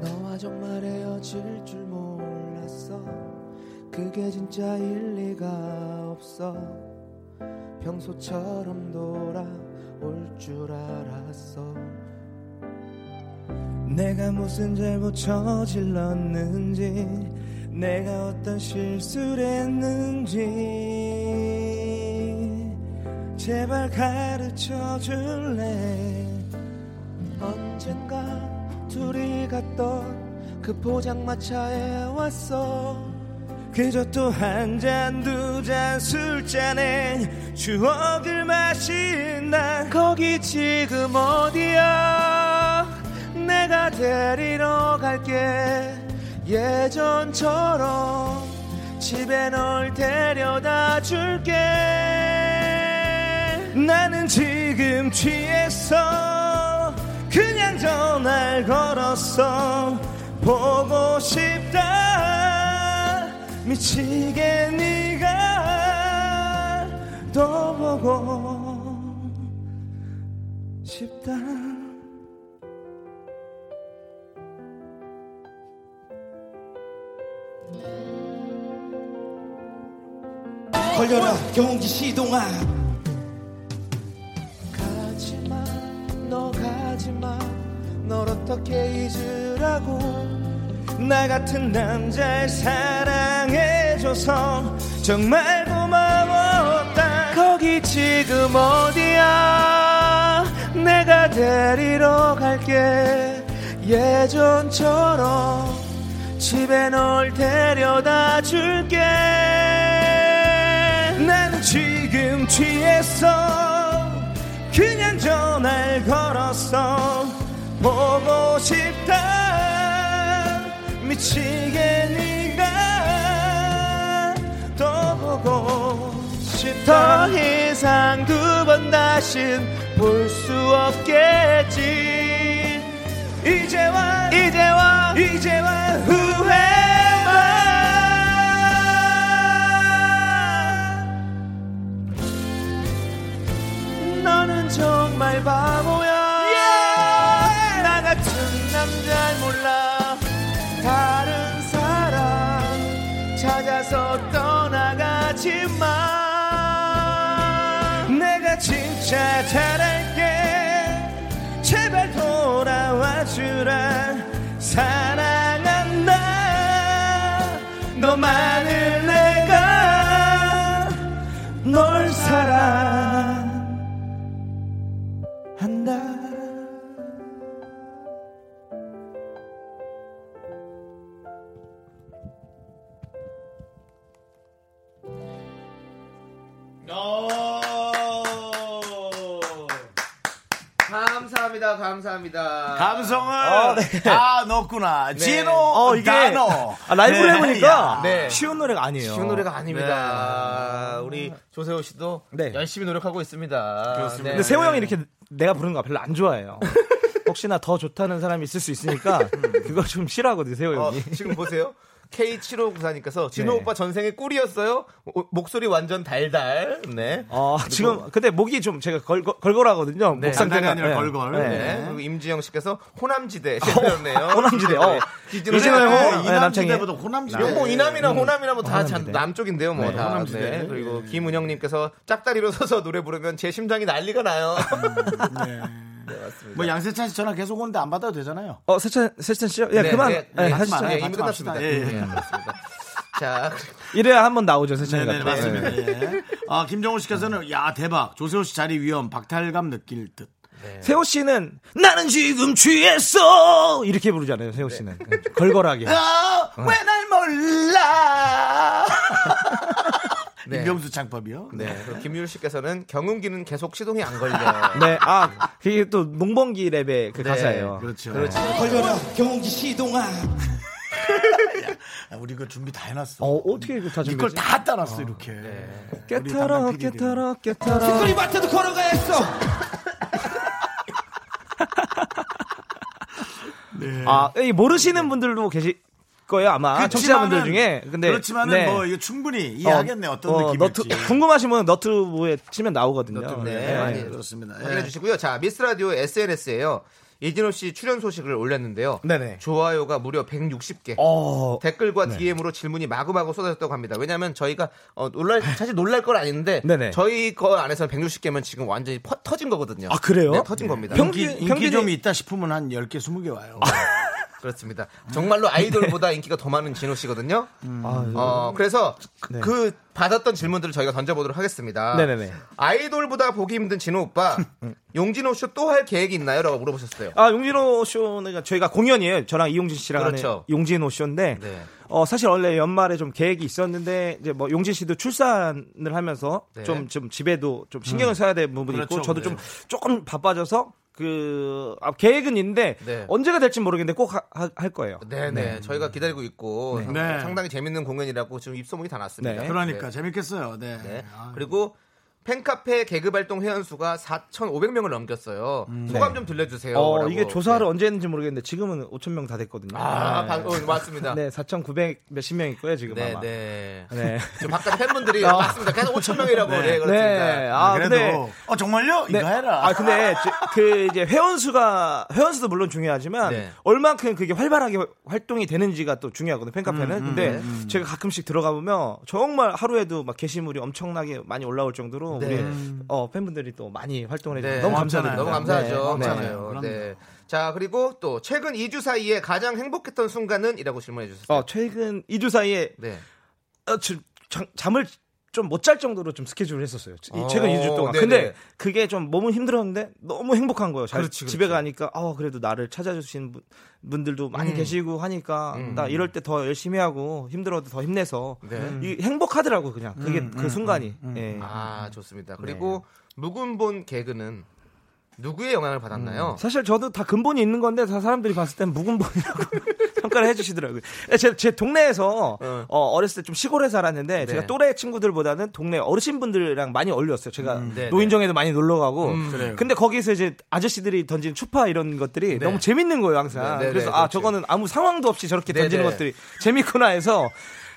너와 정말 헤어질 줄 몰랐어 그게 진짜 일리가 없어 평소처럼 돌아올 줄 알았어 내가 무슨 잘못 저질렀는지 내가 어떤 실수를 했는지 제발 가르쳐 줄래 언젠가 둘이 갔던 그 포장마차에 왔어 그저 또 한 잔 두 잔 술잔에 추억을 마신 난 거기 지금 어디야 내가 데리러 갈게 예전처럼 집에 널 데려다 줄게 나는 지금 취했어 그냥 전화를 걸었어 보고 싶다 미치게 네가 더 보고 싶다
걸려라 경기 시동아
가지마 너 가지마 널 어떻게 잊으라고 나 같은 남자를 사랑해줘서 정말 고마웠다 거기 지금 어디야 내가 데리러 갈게 예전처럼 집에 널 데려다 줄게 나는 지금 취했어 그냥 전화를 걸었어 보고 싶다 미치게 네가 또 보고 싶다 더 이상 두 번 다신 볼 수 없겠지 이제와 이제와 이제와 후회만 너는 정말 바보야 나 같은 남자를 몰라 다른 사람 찾아서 떠나가지 마 내가 진짜 잘할게 제발 돌아와 주라 사랑한다 너만을 내가 널 사랑한다
감사합니다. 감사합니다.
감성을
어, 네.
다 넣었구나.
네.
진호
어, 이게
다 넣어.
아, 라이브를
네.
해보니까
야.
쉬운 노래가 아니에요.
쉬운 노래가 네. 아닙니다. 우리 조세호 씨도 열심히 노력하고 있습니다.
그렇습니다.
네.
근데 세호 형이 이렇게 내가 부르는 거 별로 안 좋아해요. 혹시나 더 좋다는 사람이 있을 수 있으니까 그거 좀 싫어하거든요, 세호
어,
형이.
*laughs* 지금 보세요. K7594님께서 진호
네.
오빠 전생에 꿀이었어요? 오- 목소리 완전 달달. 네.
어, 지금 근데 목이 좀 제가 걸걸, 걸걸하거든요. 목 상태가 네.
네.
네.
그리고 임지영 씨께서 호남지대 실패였네요.
호남지대, 어.
기준으로
요즘에
네.
호- 네,
이남지대
남창희.
보다
호남지대.
네. 뭐 이남이나
음.
호남이나 뭐 다
호남지대.
남쪽인데요, 뭐
네,
다.
호남지대.
네. 그리고 김은영님께서 짝다리로 서서 노래 부르면 제 심장이 난리가 나요. *laughs* 네, 맞습니다.
뭐 양세찬 씨 전화 계속 오는데 안 받아도 되잖아요.
어, 세찬 세찬 씨요? 예,
네,
그만.
네,
예,
네,
하시죠.
하지 마요.
이미 끝났습니다.
예, 예.
네, 맞습니다. 자,
이래야 한 번 나오죠, 세찬이가.
네네 맞습니다. 예. 아 김정호 씨께서는 야 대박 조세호 씨 자리 위험 박탈감 느낄 듯.
세호 씨는 나는 지금 취했어 이렇게 부르잖아요, 세호 씨는 네. 걸걸하게.
아!
어.
왜 날 몰라?
네.
임병수 창법이요.
네. 그리고 김유일 씨께서는 경운기는 계속 시동이 안 걸려.
*laughs* 네, 아 그게 또 농번기 랩의 그
네,
가사예요.
그렇죠.
걸려라 경운기 시동아
아, 우리 그 준비 다 해놨어.
어 어떻게 이거 다
이걸
준비했지?
다 따놨어 이렇게.
깨털어 깨털어 깨털어.
뒷거리 밭에도 걸어가야 했어
네.
아이 모르시는 분들도 계실 거예요 아마 청취자분들 중에. 근데
그렇지만은
네.
뭐 이거 충분히 이해하겠네 어, 떤
어,
느낌일지.
너트- *laughs* 궁금하시면 너트브에 치면 나오거든요.
네, 많이
그렇습니다.
확인해 주시고요. 자, 미스 라디오 SNS에요. 이진호 씨 출연 소식을 올렸는데요.
네네.
좋아요가 무려 160개.
어.
댓글과
네.
DM으로 질문이 마구마구 쏟아졌다고 합니다. 왜냐하면 저희가 어, 놀랄 사실 놀랄 건 아닌데
네. 네네.
저희 거 안에서 160개면 지금 완전히 퍼- 터진 거거든요.
아, 그래요?
네, 터진 겁니다.
인기, 인기 좀 있다 싶으면 한 10개, 20개 와요.
아, 네.
그렇습니다. 정말로 아이돌보다 인기가 더 많은 진호 씨거든요.
아,
어, 그래서 그-
네.
그 받았던 질문들을 저희가 던져보도록 하겠습니다.
네네네. 음.
아이돌보다 보기 힘든 진호 오빠, 용진호 쇼 또 할 계획이 있나요? 라고 물어보셨어요.
아 용진호 쇼는 저희가 공연이에요. 저랑 이용진 씨랑 하는
그렇죠.
용진호 쇼인데 어, 사실 원래 연말에 좀 계획이 있었는데 이제 뭐 용진 씨도 출산을 하면서
네.
좀, 좀 집에도 좀 신경을 써야 될 부분이
그렇죠,
있고 저도
그래요.
좀 조금 바빠져서 그 아, 계획은 있는데
네.
언제가 될지 모르겠는데 꼭 할 거예요.
네네. 저희가 기다리고 있고
네.
상당히,
네.
상당히 재밌는 공연이라고 지금 입소문이 다 났습니다.
네.
그러니까
네.
재밌겠어요. 네.
네.
아,
그리고 팬카페 개그 활동 회원 수가 4,500명을 넘겼어요. 소감
네.
좀 들려주세요.
어,
라고.
이게 조사를 언제 했는지 모르겠는데 지금은 5천 명 다 됐거든요.
네. 아, 방- 어, 맞습니다.
네, 4,900 몇십 명 있고요 지금
네,
아마.
네. *laughs*
네.
지금 바깥 팬분들이
어.
맞습니다. 계속 5천 명이라고 네. 그렇습니다.
네. 아, 근데
어 정말요?
이거 해라. 아 근데 제- 그 이제 회원 수가 회원 수도 물론 중요하지만
네.
얼만큼 그게 활발하게 활동이 되는지가 또 중요하거든요. 팬카페는.
음, 음,
근데
음, 음.
제가 가끔씩 들어가 보면 정말 하루에도 막 게시물이 엄청나게 많이 올라올 정도로
네.
우리
음.
어, 팬분들이 또 많이 활동을 해주고
네.
아, 너무 감사드립니다.
너무 감사하죠.
네.
맞아요. 네. 자, 그리고 또 최근 2주 사이에 가장 행복했던 순간은? 이라고 질문해 주셨어요.
어, 최근 2주 사이에
네.
어, 지- 잠- 잠을 좀 못 잘 정도로 좀 스케줄을 했었어요. 이
어,
최근 2주 동안.
네네.
근데 그게 좀 몸은 힘들었는데 너무 행복한 거예요. 잘
그렇지,
집에 가니까 아 그래도 나를 찾아주신 분, 분들도 많이
음.
계시고 하니까
음.
나 이럴 때 더 열심히 하고 힘들어도 더 힘내서
네.
이, 행복하더라고 그냥 그게
음,
그
음,
순간이. 예.
아, 좋습니다. 그리고
네.
묵은본 개그는 누구의 영향을 받았나요?
사실 저도 다 근본이 있는 건데 다 사람들이 봤을 땐 묵은본이라고 *laughs* 평가를 해주시더라고요. 제, 제 동네에서
어.
어, 렸을때 좀 시골에 살았는데
네.
제가 또래 친구들보다는 동네 어르신분들이랑 많이 어울렸어요. 제가
네,
노인정에도 많이 놀러 가고.
음. 그래요.
근데 거기서 이제 아저씨들이 던지는 추파 이런 것들이 너무 재밌는 거예요, 항상.
네, 네,
그래서
네,
아,
그렇죠.
저거는 아무 상황도 없이 저렇게
네,
던지는
네.
것들이 재밌구나 해서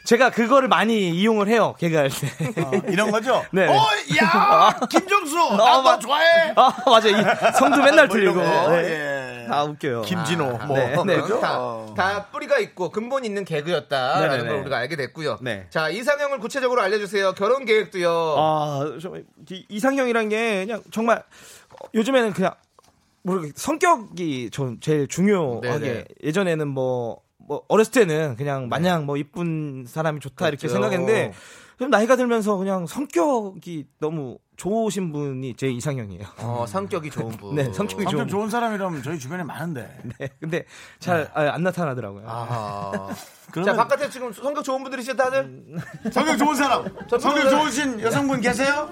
제가 그거를 많이 이용을 해요, 개그할 때.
*laughs* 이런 거죠?
네.
어, 야!
*laughs*
김정수! 나도 좋아해!
아, 맞아요. 이 성도
*laughs*
맨날
뭐 이런
틀리고.
거.
예.
예.
네. 아, 웃겨요.
김진호,
아,
뭐.
네, 네.
어, 그럼 다, 다 뿌리가 있고 근본 있는 개그였다라는
네네네.
걸 우리가 알게 됐고요.
네.
자 이상형을 구체적으로 알려주세요. 결혼 계획도요.
아, 저, 이- 이상형이란 게 그냥 정말 어, 요즘에는 그냥 모르겠 성격이 전 제일 중요하게
네네. 네.
예전에는 뭐, 뭐 어렸을 때는 그냥 마냥 뭐 이쁜 사람이 좋다 이렇게
그렇죠.
생각했는데 좀 나이가 들면서 그냥 성격이 너무 좋으신 분이 제 이상형이에요. *laughs*
어, 성격이 좋은 분.
네, 성격이
성격
좋은,
좋은 사람이라면 저희 주변에 많은데.
네, 근데 잘 아, 안 나타나더라고요.
아. *laughs* 자 바깥에 지금 성격 좋은 분들이시죠 다들?
성격 좋은 사람. 성격 좋으신 여성분 계세요?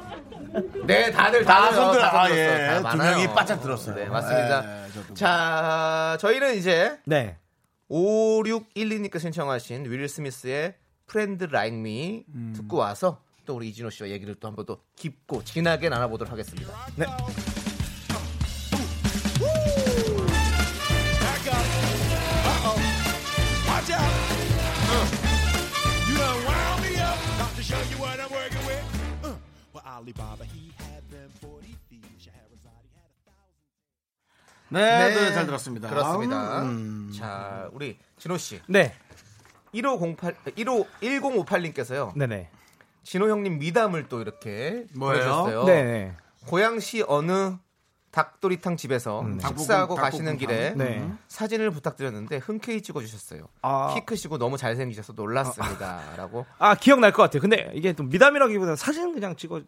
네 다들
다
다들
성들-
다
아,
들었어요.
예.
다
두
많아요.
명이 바짝 들었어요.
네 맞습니다.
예,
자 저희는 이제
네.
5612님께 신청하신 윌 스미스의 프렌드 라인 미 듣고 와서 또 우리 이진호 씨와 얘기를 또 한번 또 깊고 진하게 나눠보도록 하겠습니다.
네.
Watch out. Uh. You done wound me up. About to show you what I'm working with. Uh. Well, Alibaba, he had them 40 feet. Scheherazade had
네, 네, 잘 들었습니다.
그렇습니다.
음.
자, 우리 진호 씨.
네.
1508 15 1058님께서요.
네네.
진호 형님 미담을 또 이렇게
뭐예요?
보내셨어요.
네네.
고양시 어느 닭도리탕 집에서 식사하고
닭볶음-
가시는 길에
닭볶음탕. 네.
사진을 부탁드렸는데 흔쾌히 찍어주셨어요.
아.
키 크시고 너무 잘생기셔서 놀랐습니다라고.
아 기억날 것 같아요. 근데 이게 또 미담이라기보다 사진 그냥 찍어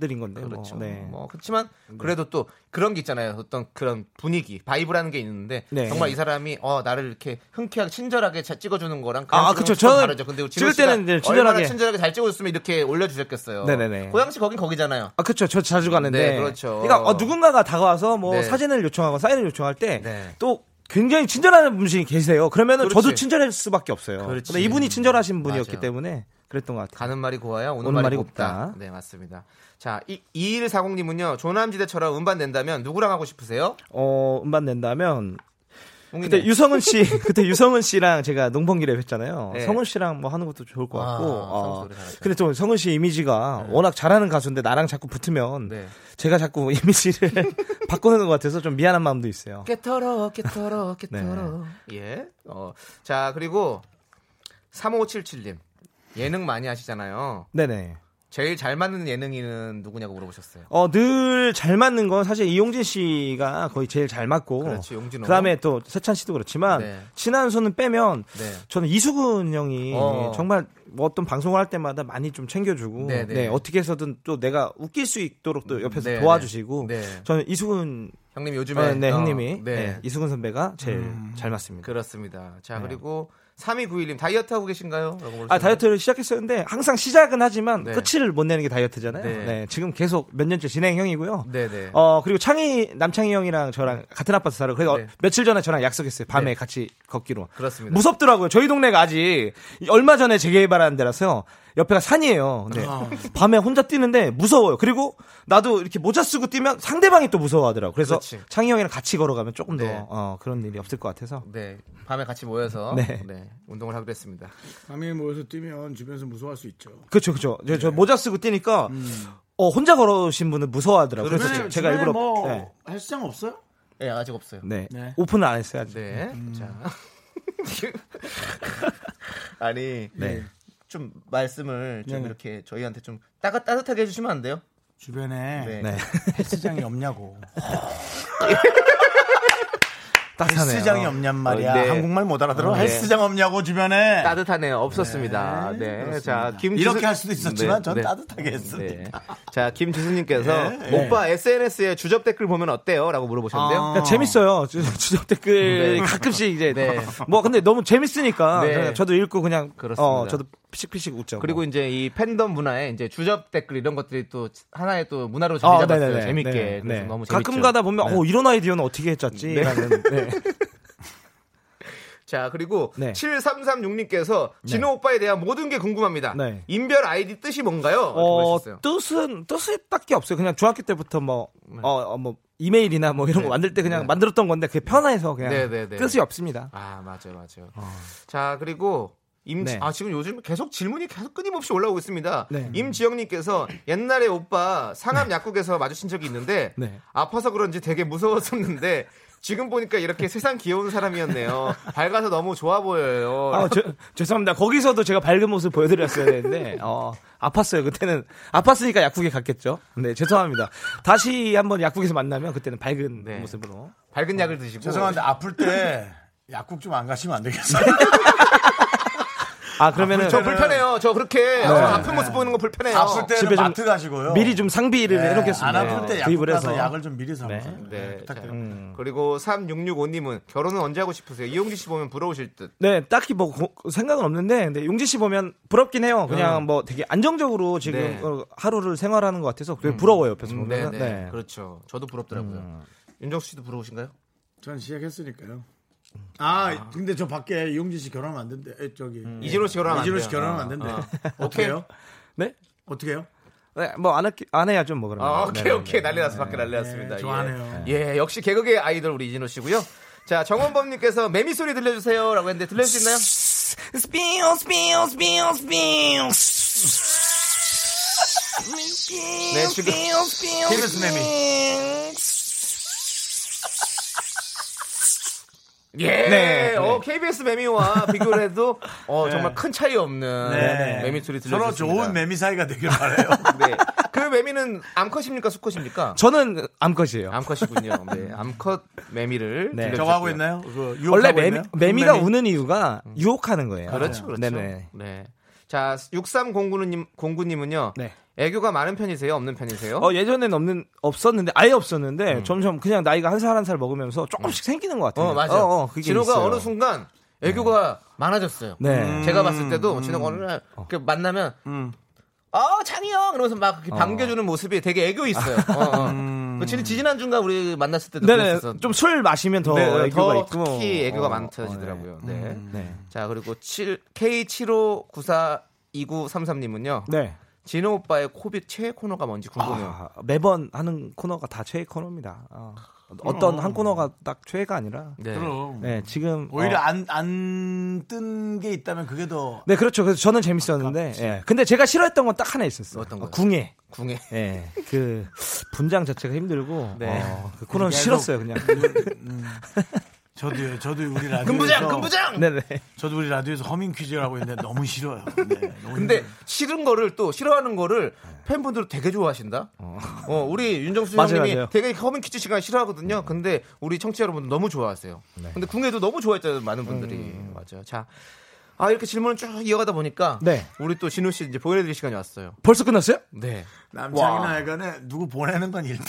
드린 건데.
그렇죠.
뭐. 네.
뭐 그렇지만 그래도 또 그런 게 있잖아요. 어떤 그런 분위기, 바이브라는 게 있는데
네.
정말 이 사람이 어 나를 이렇게 흔쾌하게 친절하게 잘 찍어주는 거랑
아,
그런
그쵸.
좀
저는
다르죠. 근데 진호
찍을 때는
씨가
이제 친절하게.
얼마나 친절하게 잘 찍어줬으면 이렇게 올려주셨겠어요.
네네네.
고양시 거긴 거기잖아요.
아 그렇죠. 저 자주 가는데.
네, 그렇죠.
그러니까 어, 누군가가 다가와서 뭐
네.
사진을 요청하고 사인을 요청할 때 또. 굉장히 친절한 분이 계세요. 그러면은 저도
그렇지.
친절할 수밖에 없어요.
그렇지.
근데 이분이 친절하신 분이었기
맞아요.
때문에 그랬던 것 같아요.
가는 말이 고와야 오는,
오는
말이
말이
곱다.
곱다.
네 맞습니다. 자, 이 2140님은요 조남지대처럼 음반 낸다면 누구랑 하고 싶으세요?
어, 음반 낸다면
웅이네.
그때
*laughs*
유성은 씨, 그때 유성은 씨랑 제가 농번기 랩 했잖아요.
네.
성은 씨랑 뭐 하는 것도 좋을 것 같고.
아, 성은 씨
어,
노래 잘하죠.
근데 또 성은 씨 이미지가 워낙 잘하는 가수인데 나랑 자꾸 붙으면
네.
제가
*laughs*
자꾸 *laughs* 이미지를 바꾸는 것 같아서 좀 미안한 마음도 있어요.
깨털어, 깨털어, 깨털어. 예. 어, 자, 그리고 3577님. 예능 많이 하시잖아요.
네네.
제일 잘 맞는 예능인은 누구냐고 물어보셨어요.
어, 늘 잘 맞는 건 사실 이용진 씨가 거의 제일 잘 맞고.
그렇지, 그렇죠, 용진호.
다음에또 세찬 씨도 그렇지만
네.
친한 손은 빼면
네.
저는 이수근 형이
어.
정말 뭐 어떤 방송을 할 때마다 많이 좀 챙겨주고
네, 네.
네, 어떻게 해서든 또 내가 웃길 수 있도록 또 옆에서
네, 네.
도와주시고
네.
저는 이수근
형님 요즘에
어, 네,
어,
형님이
네.
네, 이수근 선배가 제일 잘 맞습니다.
그렇습니다. 자,
네.
그리고 3291님 다이어트 하고 계신가요? 라고 물으셨어요.
아 다이어트를 시작했었는데 항상 시작은 하지만
네.
끝을 못 내는 게 다이어트잖아요.
네.
네. 지금 계속 몇 년째 진행형이고요.
네, 네.
어 그리고 창희 남창희 형이랑 저랑 같은 아파트 살아요. 그래서
네.
어, 며칠 전에 저랑 약속했어요. 밤에
네.
같이 걷기로.
그렇습니다.
무섭더라고요. 저희 동네가 아직 얼마 전에 재개발한 데라서요. 옆에가 산이에요. 근데
아.
밤에 혼자 뛰는데 무서워요. 그리고 나도 이렇게 모자 쓰고 뛰면 상대방이 또 무서워하더라고. 요 그래서
그렇지.
창희 형이랑 같이 걸어가면 조금 더
네.
어, 그런 일이 없을 것 같아서.
네. 밤에 같이 모여서 네.
네.
운동을 하기로 했습니다.
밤에 모여서 뛰면 주변에서 무서워할 수 있죠.
그렇죠, 그렇죠. 저,
네.
저 모자 쓰고 뛰니까
음.
어, 혼자 걸어오신 분은 무서워하더라고요.
그렇죠.
그래서
주변에-
그렇죠. 제가
주변에
일부러
뭐
네.
헬스장 없어요?
네, 아직 없어요.
네.
네.
오픈을 안 했어요. 아직.
네. 자. *laughs* 아니.
네.
좀 말씀을 좀
네네.
이렇게 저희한테 좀 따가 따뜻하게 해주시면 안 돼요?
주변에
네.
헬스장이 없냐고.
따뜻하네요.
헬스장이 없냔 말이야.
어, 네.
한국말 못 알아들어.
어, 네.
헬스장 없냐고 주변에.
따뜻하네요. 없었습니다. 네. 자, 김
이렇게 할 수도 있었지만 전 따뜻하게 했습니다.
네. 자, 김지수님께서
네.
오빠 SNS에 주접 댓글 보면 어때요? 라고 물어보셨는데요.
아.
그러니까 재밌어요. 주- 주접 댓글
네.
가끔씩 이제
네.
뭐 근데 너무 재밌으니까
네.
그냥 저도 읽고 그냥
그렇습니다.
어 저도 피식피식 웃죠.
그리고
뭐.
이제 이 팬덤 문화에 이제 주접 댓글 이런 것들이 또 하나의 또
아,
문화로 자리 잡았어요.
네네네.
재밌게.
네,
그래서
네.
너무 재밌죠.
가끔 가다 보면
네.
어 이런 아이디어는 어떻게 했었지?
*laughs* 네.
라는, 네.
자, 그리고
네.
7336님께서 진호 오빠에 대한 모든 게 궁금합니다.
네.
인별 아이디 뜻이 뭔가요? 라고
어,
물으셨어요.
뜻은 뜻이 딱히 없어요. 그냥 중학교 때부터 뭐 어
네.
뭐 이메일이나 뭐 이런 거 만들 때 그냥 만들었던 건데 그게 편해서 그냥
네, 네, 네.
뜻이 없습니다.
아 맞아요 맞아요 자 그리고 임,
어. 네.
아 지금 요즘 계속 질문이 계속 끊임없이 올라오고 있습니다
네.
임지영님께서 옛날에 오빠 상암 약국에서 마주친 적이 있는데
네.
아파서 그런지 되게 무서웠었는데 지금 보니까 이렇게 세상 귀여운 사람이었네요 밝아서 너무 좋아 보여요
아, 저- 죄송합니다. 거기서도 제가 밝은 모습 보여드렸어야 되는데, 어, 아팠어요. 그때는. 아팠으니까 약국에 갔겠죠. 네, 죄송합니다. 다시 한번 약국에서 만나면 그때는 밝은
네.
모습으로.
밝은 약을 드시고
죄송한데 아플 때 약국 좀 안 가시면 안 되겠어요?
아 그러면은
저 불편해요. 저 그렇게
네.
저 아픈 모습 보이는 거
*laughs*
불편해요.
아플 때는
집에 좀
마트 가시고요.
미리 좀 상비를
네,
해놓겠습니다.
안 아플 때 약국
구입을
가서
해서.
약을 좀 미리 사
네.
먹어요.
네,
부탁드려요.
자, 그리고 3665님은 결혼은 언제 하고 싶으세요? 이용진 씨 보면 부러우실 듯.
네, 딱히 뭐 고- 생각은 없는데 근데 용지 씨 보면 부럽긴 해요. 그냥
음.
뭐 되게 안정적으로 지금
네.
어, 하루를 생활하는 것 같아서 되게 부러워요 옆에서
음,
보면.
네, 네. 그렇죠. 저도 부럽더라고요. 윤정수 씨도 부러우신가요?
전 시작했으니까요. 아, 근데 저 밖에 이용진 씨 결혼하면 안 된대. 에, 저기
음. 이진호 씨 결혼하면 안
이진호
돼요.
씨 결혼하면 안 된대.
아.
어떻게요?
네?
어떻게요?
네, 뭐안 안 해야죠 뭐 그러면.
아, 오케이
네, 네,
오케이
네.
난리 났어 밖에 난리 났습니다.
네,
예.
좋아하네요.
예. 역시 개그계 아이돌 우리 이진호 씨고요. 자 정원범님께서 매미 소리 들려주세요라고 했는데 들려줄 수 있나요?
스피어 스피어 스피어 스피어
네 지금 KBS 매미. 예,
네,
어, KBS 매미와 비교를 해도 어,
네.
정말 큰 차이 없는
네.
매미 소리
서로
들려주셨습니다.
좋은 매미 사이가 되길 바래요.
네. 그 매미는 암컷입니까 수컷입니까?
저는 암컷이에요.
암컷이군요. 네, 암컷 매미를
네.
들려주셨고요.
저거 하고 있나요? 원래 매미, 가 우는 이유가 유혹하는 거예요.
그렇죠, 그렇죠.
네네.
네. 자, 6309님, 09님은요.
네.
애교가 많은 편이세요? 없는 편이세요?
어, 예전엔 없는 없었는데 아예 없었는데 점점 그냥 나이가 한 살 한 살 먹으면서 조금씩 생기는 것 같아요.
음. 어, 맞아요.
어, 어, 그게
진호가
있어요.
어느 순간 애교가 많아졌어요.
네. 음.
음. 제가 봤을 때도 진호가 어느 날 이렇게 만나면 어, 장이 형! 이러면서 막
어.
이렇게 반겨주는 모습이 되게 애교
*laughs*
있어요. 어, 어. 그 진- 지지난주인가 우리 만났을 때도
음. 네네.
그랬었어.
좀 술 마시면 더
네,
애교가
더
있고
특히 애교가
어,
많아지더라고요.
어,
네.
네.
자, 그리고 7, K75942933님은요.
네.
진호 오빠의 코빅 최애 코너가 뭔지 궁금해요.
아, 매번 하는 코너가 다 최애 코너입니다. 어. 어떤 한 코너가 딱 최애가 아니라
네.
그럼.
네, 지금
오히려
아-
어,
안 안 뜬 게 있다면 그게 더
네, 그렇죠. 그래서 저는 재밌었는데, 예. 근데 제가 싫어했던 건 딱 하나 있었어요.
아, 어떤 거요?
궁예.
궁예.
예. 그, 분장 자체가 힘들고,
네.
어, 그 코너는
계속-
싫었어요, 그냥.
음. 저도요. 저도 우리 라디오
금부장, 금부장!
*laughs* 네네.
저도 우리 라디오에서 허밍 퀴즈를 하고 있는데 너무 싫어요. 네, 너무
근데
음.
싫은 거를 또 싫어하는 거를 팬분들 되게 좋아하신다. 어, 우리 윤정수
네. 맞아요,
형님이
맞아요. 음.
되게 허밍 퀴즈 시간 싫어하거든요. 근데 우리 청취자 여러분 너무 좋아하세요.
네.
근데 궁예도 너무 좋아했잖아요, 많은 분들이. 맞아요. 자. 아, 이렇게 질문을 쭉 이어가다 보니까
음. 네.
우리 또 진우 씨 이제 보내 드릴 시간이 왔어요.
벌써 끝났어요?
네.
남창이나
와. 아.
애간에 누구 보내는 건 일등.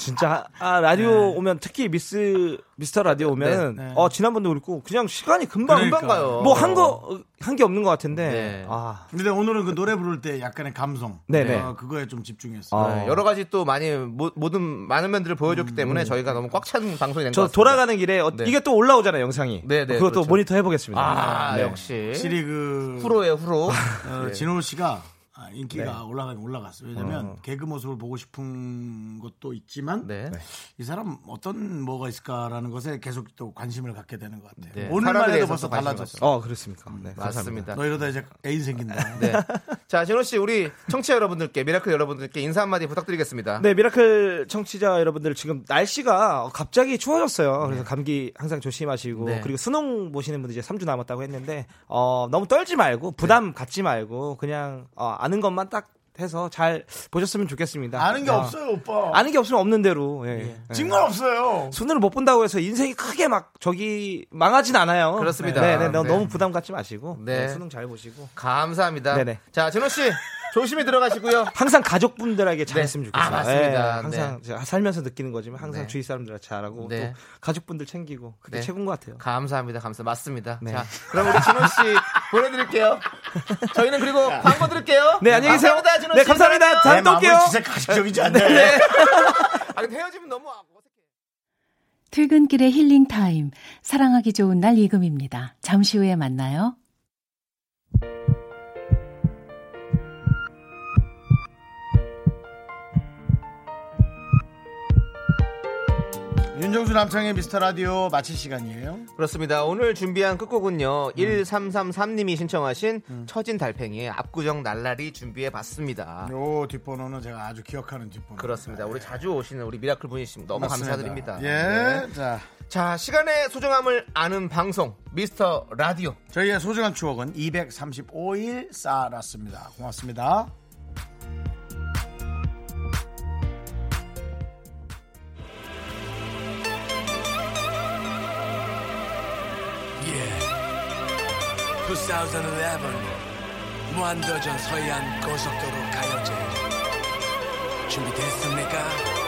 진짜, 아, 라디오 오면, 특히 미스, 미스터 라디오 오면,
네, 네.
어, 지난번도 그렇고, 그냥 시간이 금방,
금방 가요.
뭐 한 거, 한 게 없는 것 같은데,
네.
아,
근데 오늘은 그 노래 부를 때 약간의 감성.
네네.
어, 그거에 좀 집중했어요.
아.
네, 여러 가지 또 많이 모, 모든 많은 면들을 보여줬기 때문에 저희가 너무 꽉 찬 방송이 된 것
저
같습니다.
돌아가는 길에, 어-
네.
이게 또 올라오잖아요, 영상이.
네, 네,
그것도
그렇죠.
모니터 해보겠습니다.
아,
네.
역시
확실히 그
프로예요, 네. 프로.
어,
네.
진호 씨가 아, 인기가 올라가긴 올라갔어요. 왜냐면 개그 모습을 보고 싶은 것도 있지만
네.
이 사람 어떤 뭐가 있을까라는 것에 계속 또 관심을 갖게 되는 것 같아요.
네.
오늘만 해도
사람에 대해서
벌써
관심을
달라졌어.
어, 그렇습니까. 네,
맞습니다.
너 이러다 이제 애인 생긴다.
*laughs* 네. 자, 진호 씨, 우리 청취자 여러분들께, 미라클 여러분들께 인사 한마디 부탁드리겠습니다.
네, 미라클 청취자 여러분들 지금 날씨가 갑자기 추워졌어요. 그래서 감기 항상 조심하시고
네.
그리고 수능 보시는 분들 이제 3주 남았다고 했는데 어, 너무 떨지 말고 부담
네.
갖지 말고 그냥 어, 아는 것만 딱 해서 잘 보셨으면 좋겠습니다.
아는 게
어,
없어요, 오빠.
아는 게 없으면 없는 대로. 예. 예.
증거 없어요.
수능을 못 본다고 해서 인생이 크게 막 저기 망하진 않아요.
그렇습니다.
네, 네, 너-
네.
너무 부담 갖지 마시고
네.
네, 수능 잘 보시고
감사합니다.
네네.
자, 진호 씨, 조심히 들어가시고요.
항상 가족분들에게 잘했으면
네.
좋겠어요.
아, 맞습니다.
예, 항상 제가 살면서 느끼는 거지만 항상
네.
주위 사람들한테 잘하고
네.
또 가족분들 챙기고 그게
네.
최고인 것 같아요.
감사합니다. 감사. 맞습니다.
네.
자, 그럼 우리 진호 씨 보내드릴게요. 저희는 그리고 광고 드릴게요.
네, 안녕히 계세요.
감사합니다, 진호 씨.
네, 감사합니다.
사랑해요.
다음에 또 올게요.
진짜 가식적이지
*laughs*
않네.
아, 근데 헤어지면 너무 아-
퇴근길의 힐링 타임. 사랑하기 좋은 날 이금입니다. 잠시 후에 만나요.
윤정수 남창의 미스터 라디오 마칠 시간이에요.
그렇습니다. 오늘 준비한 끝곡은요. 1333님이 신청하신 처진 달팽이의 압구정 날라리 준비해봤습니다.
요 뒷번호는 제가 아주 기억하는 뒷번호. 네,
그렇습니다. 우리 자주 오시는 우리 미라클 분이시면 너무
맞습니다.
감사드립니다.
예,
네.
자
자, 시간의 소중함을 아는 방송 미스터 라디오.
저희의 소중한 추억은 235일 쌓았습니다. 고맙습니다.
2011 무한도전 서해안 고속도로 가요제 준비됐습니까?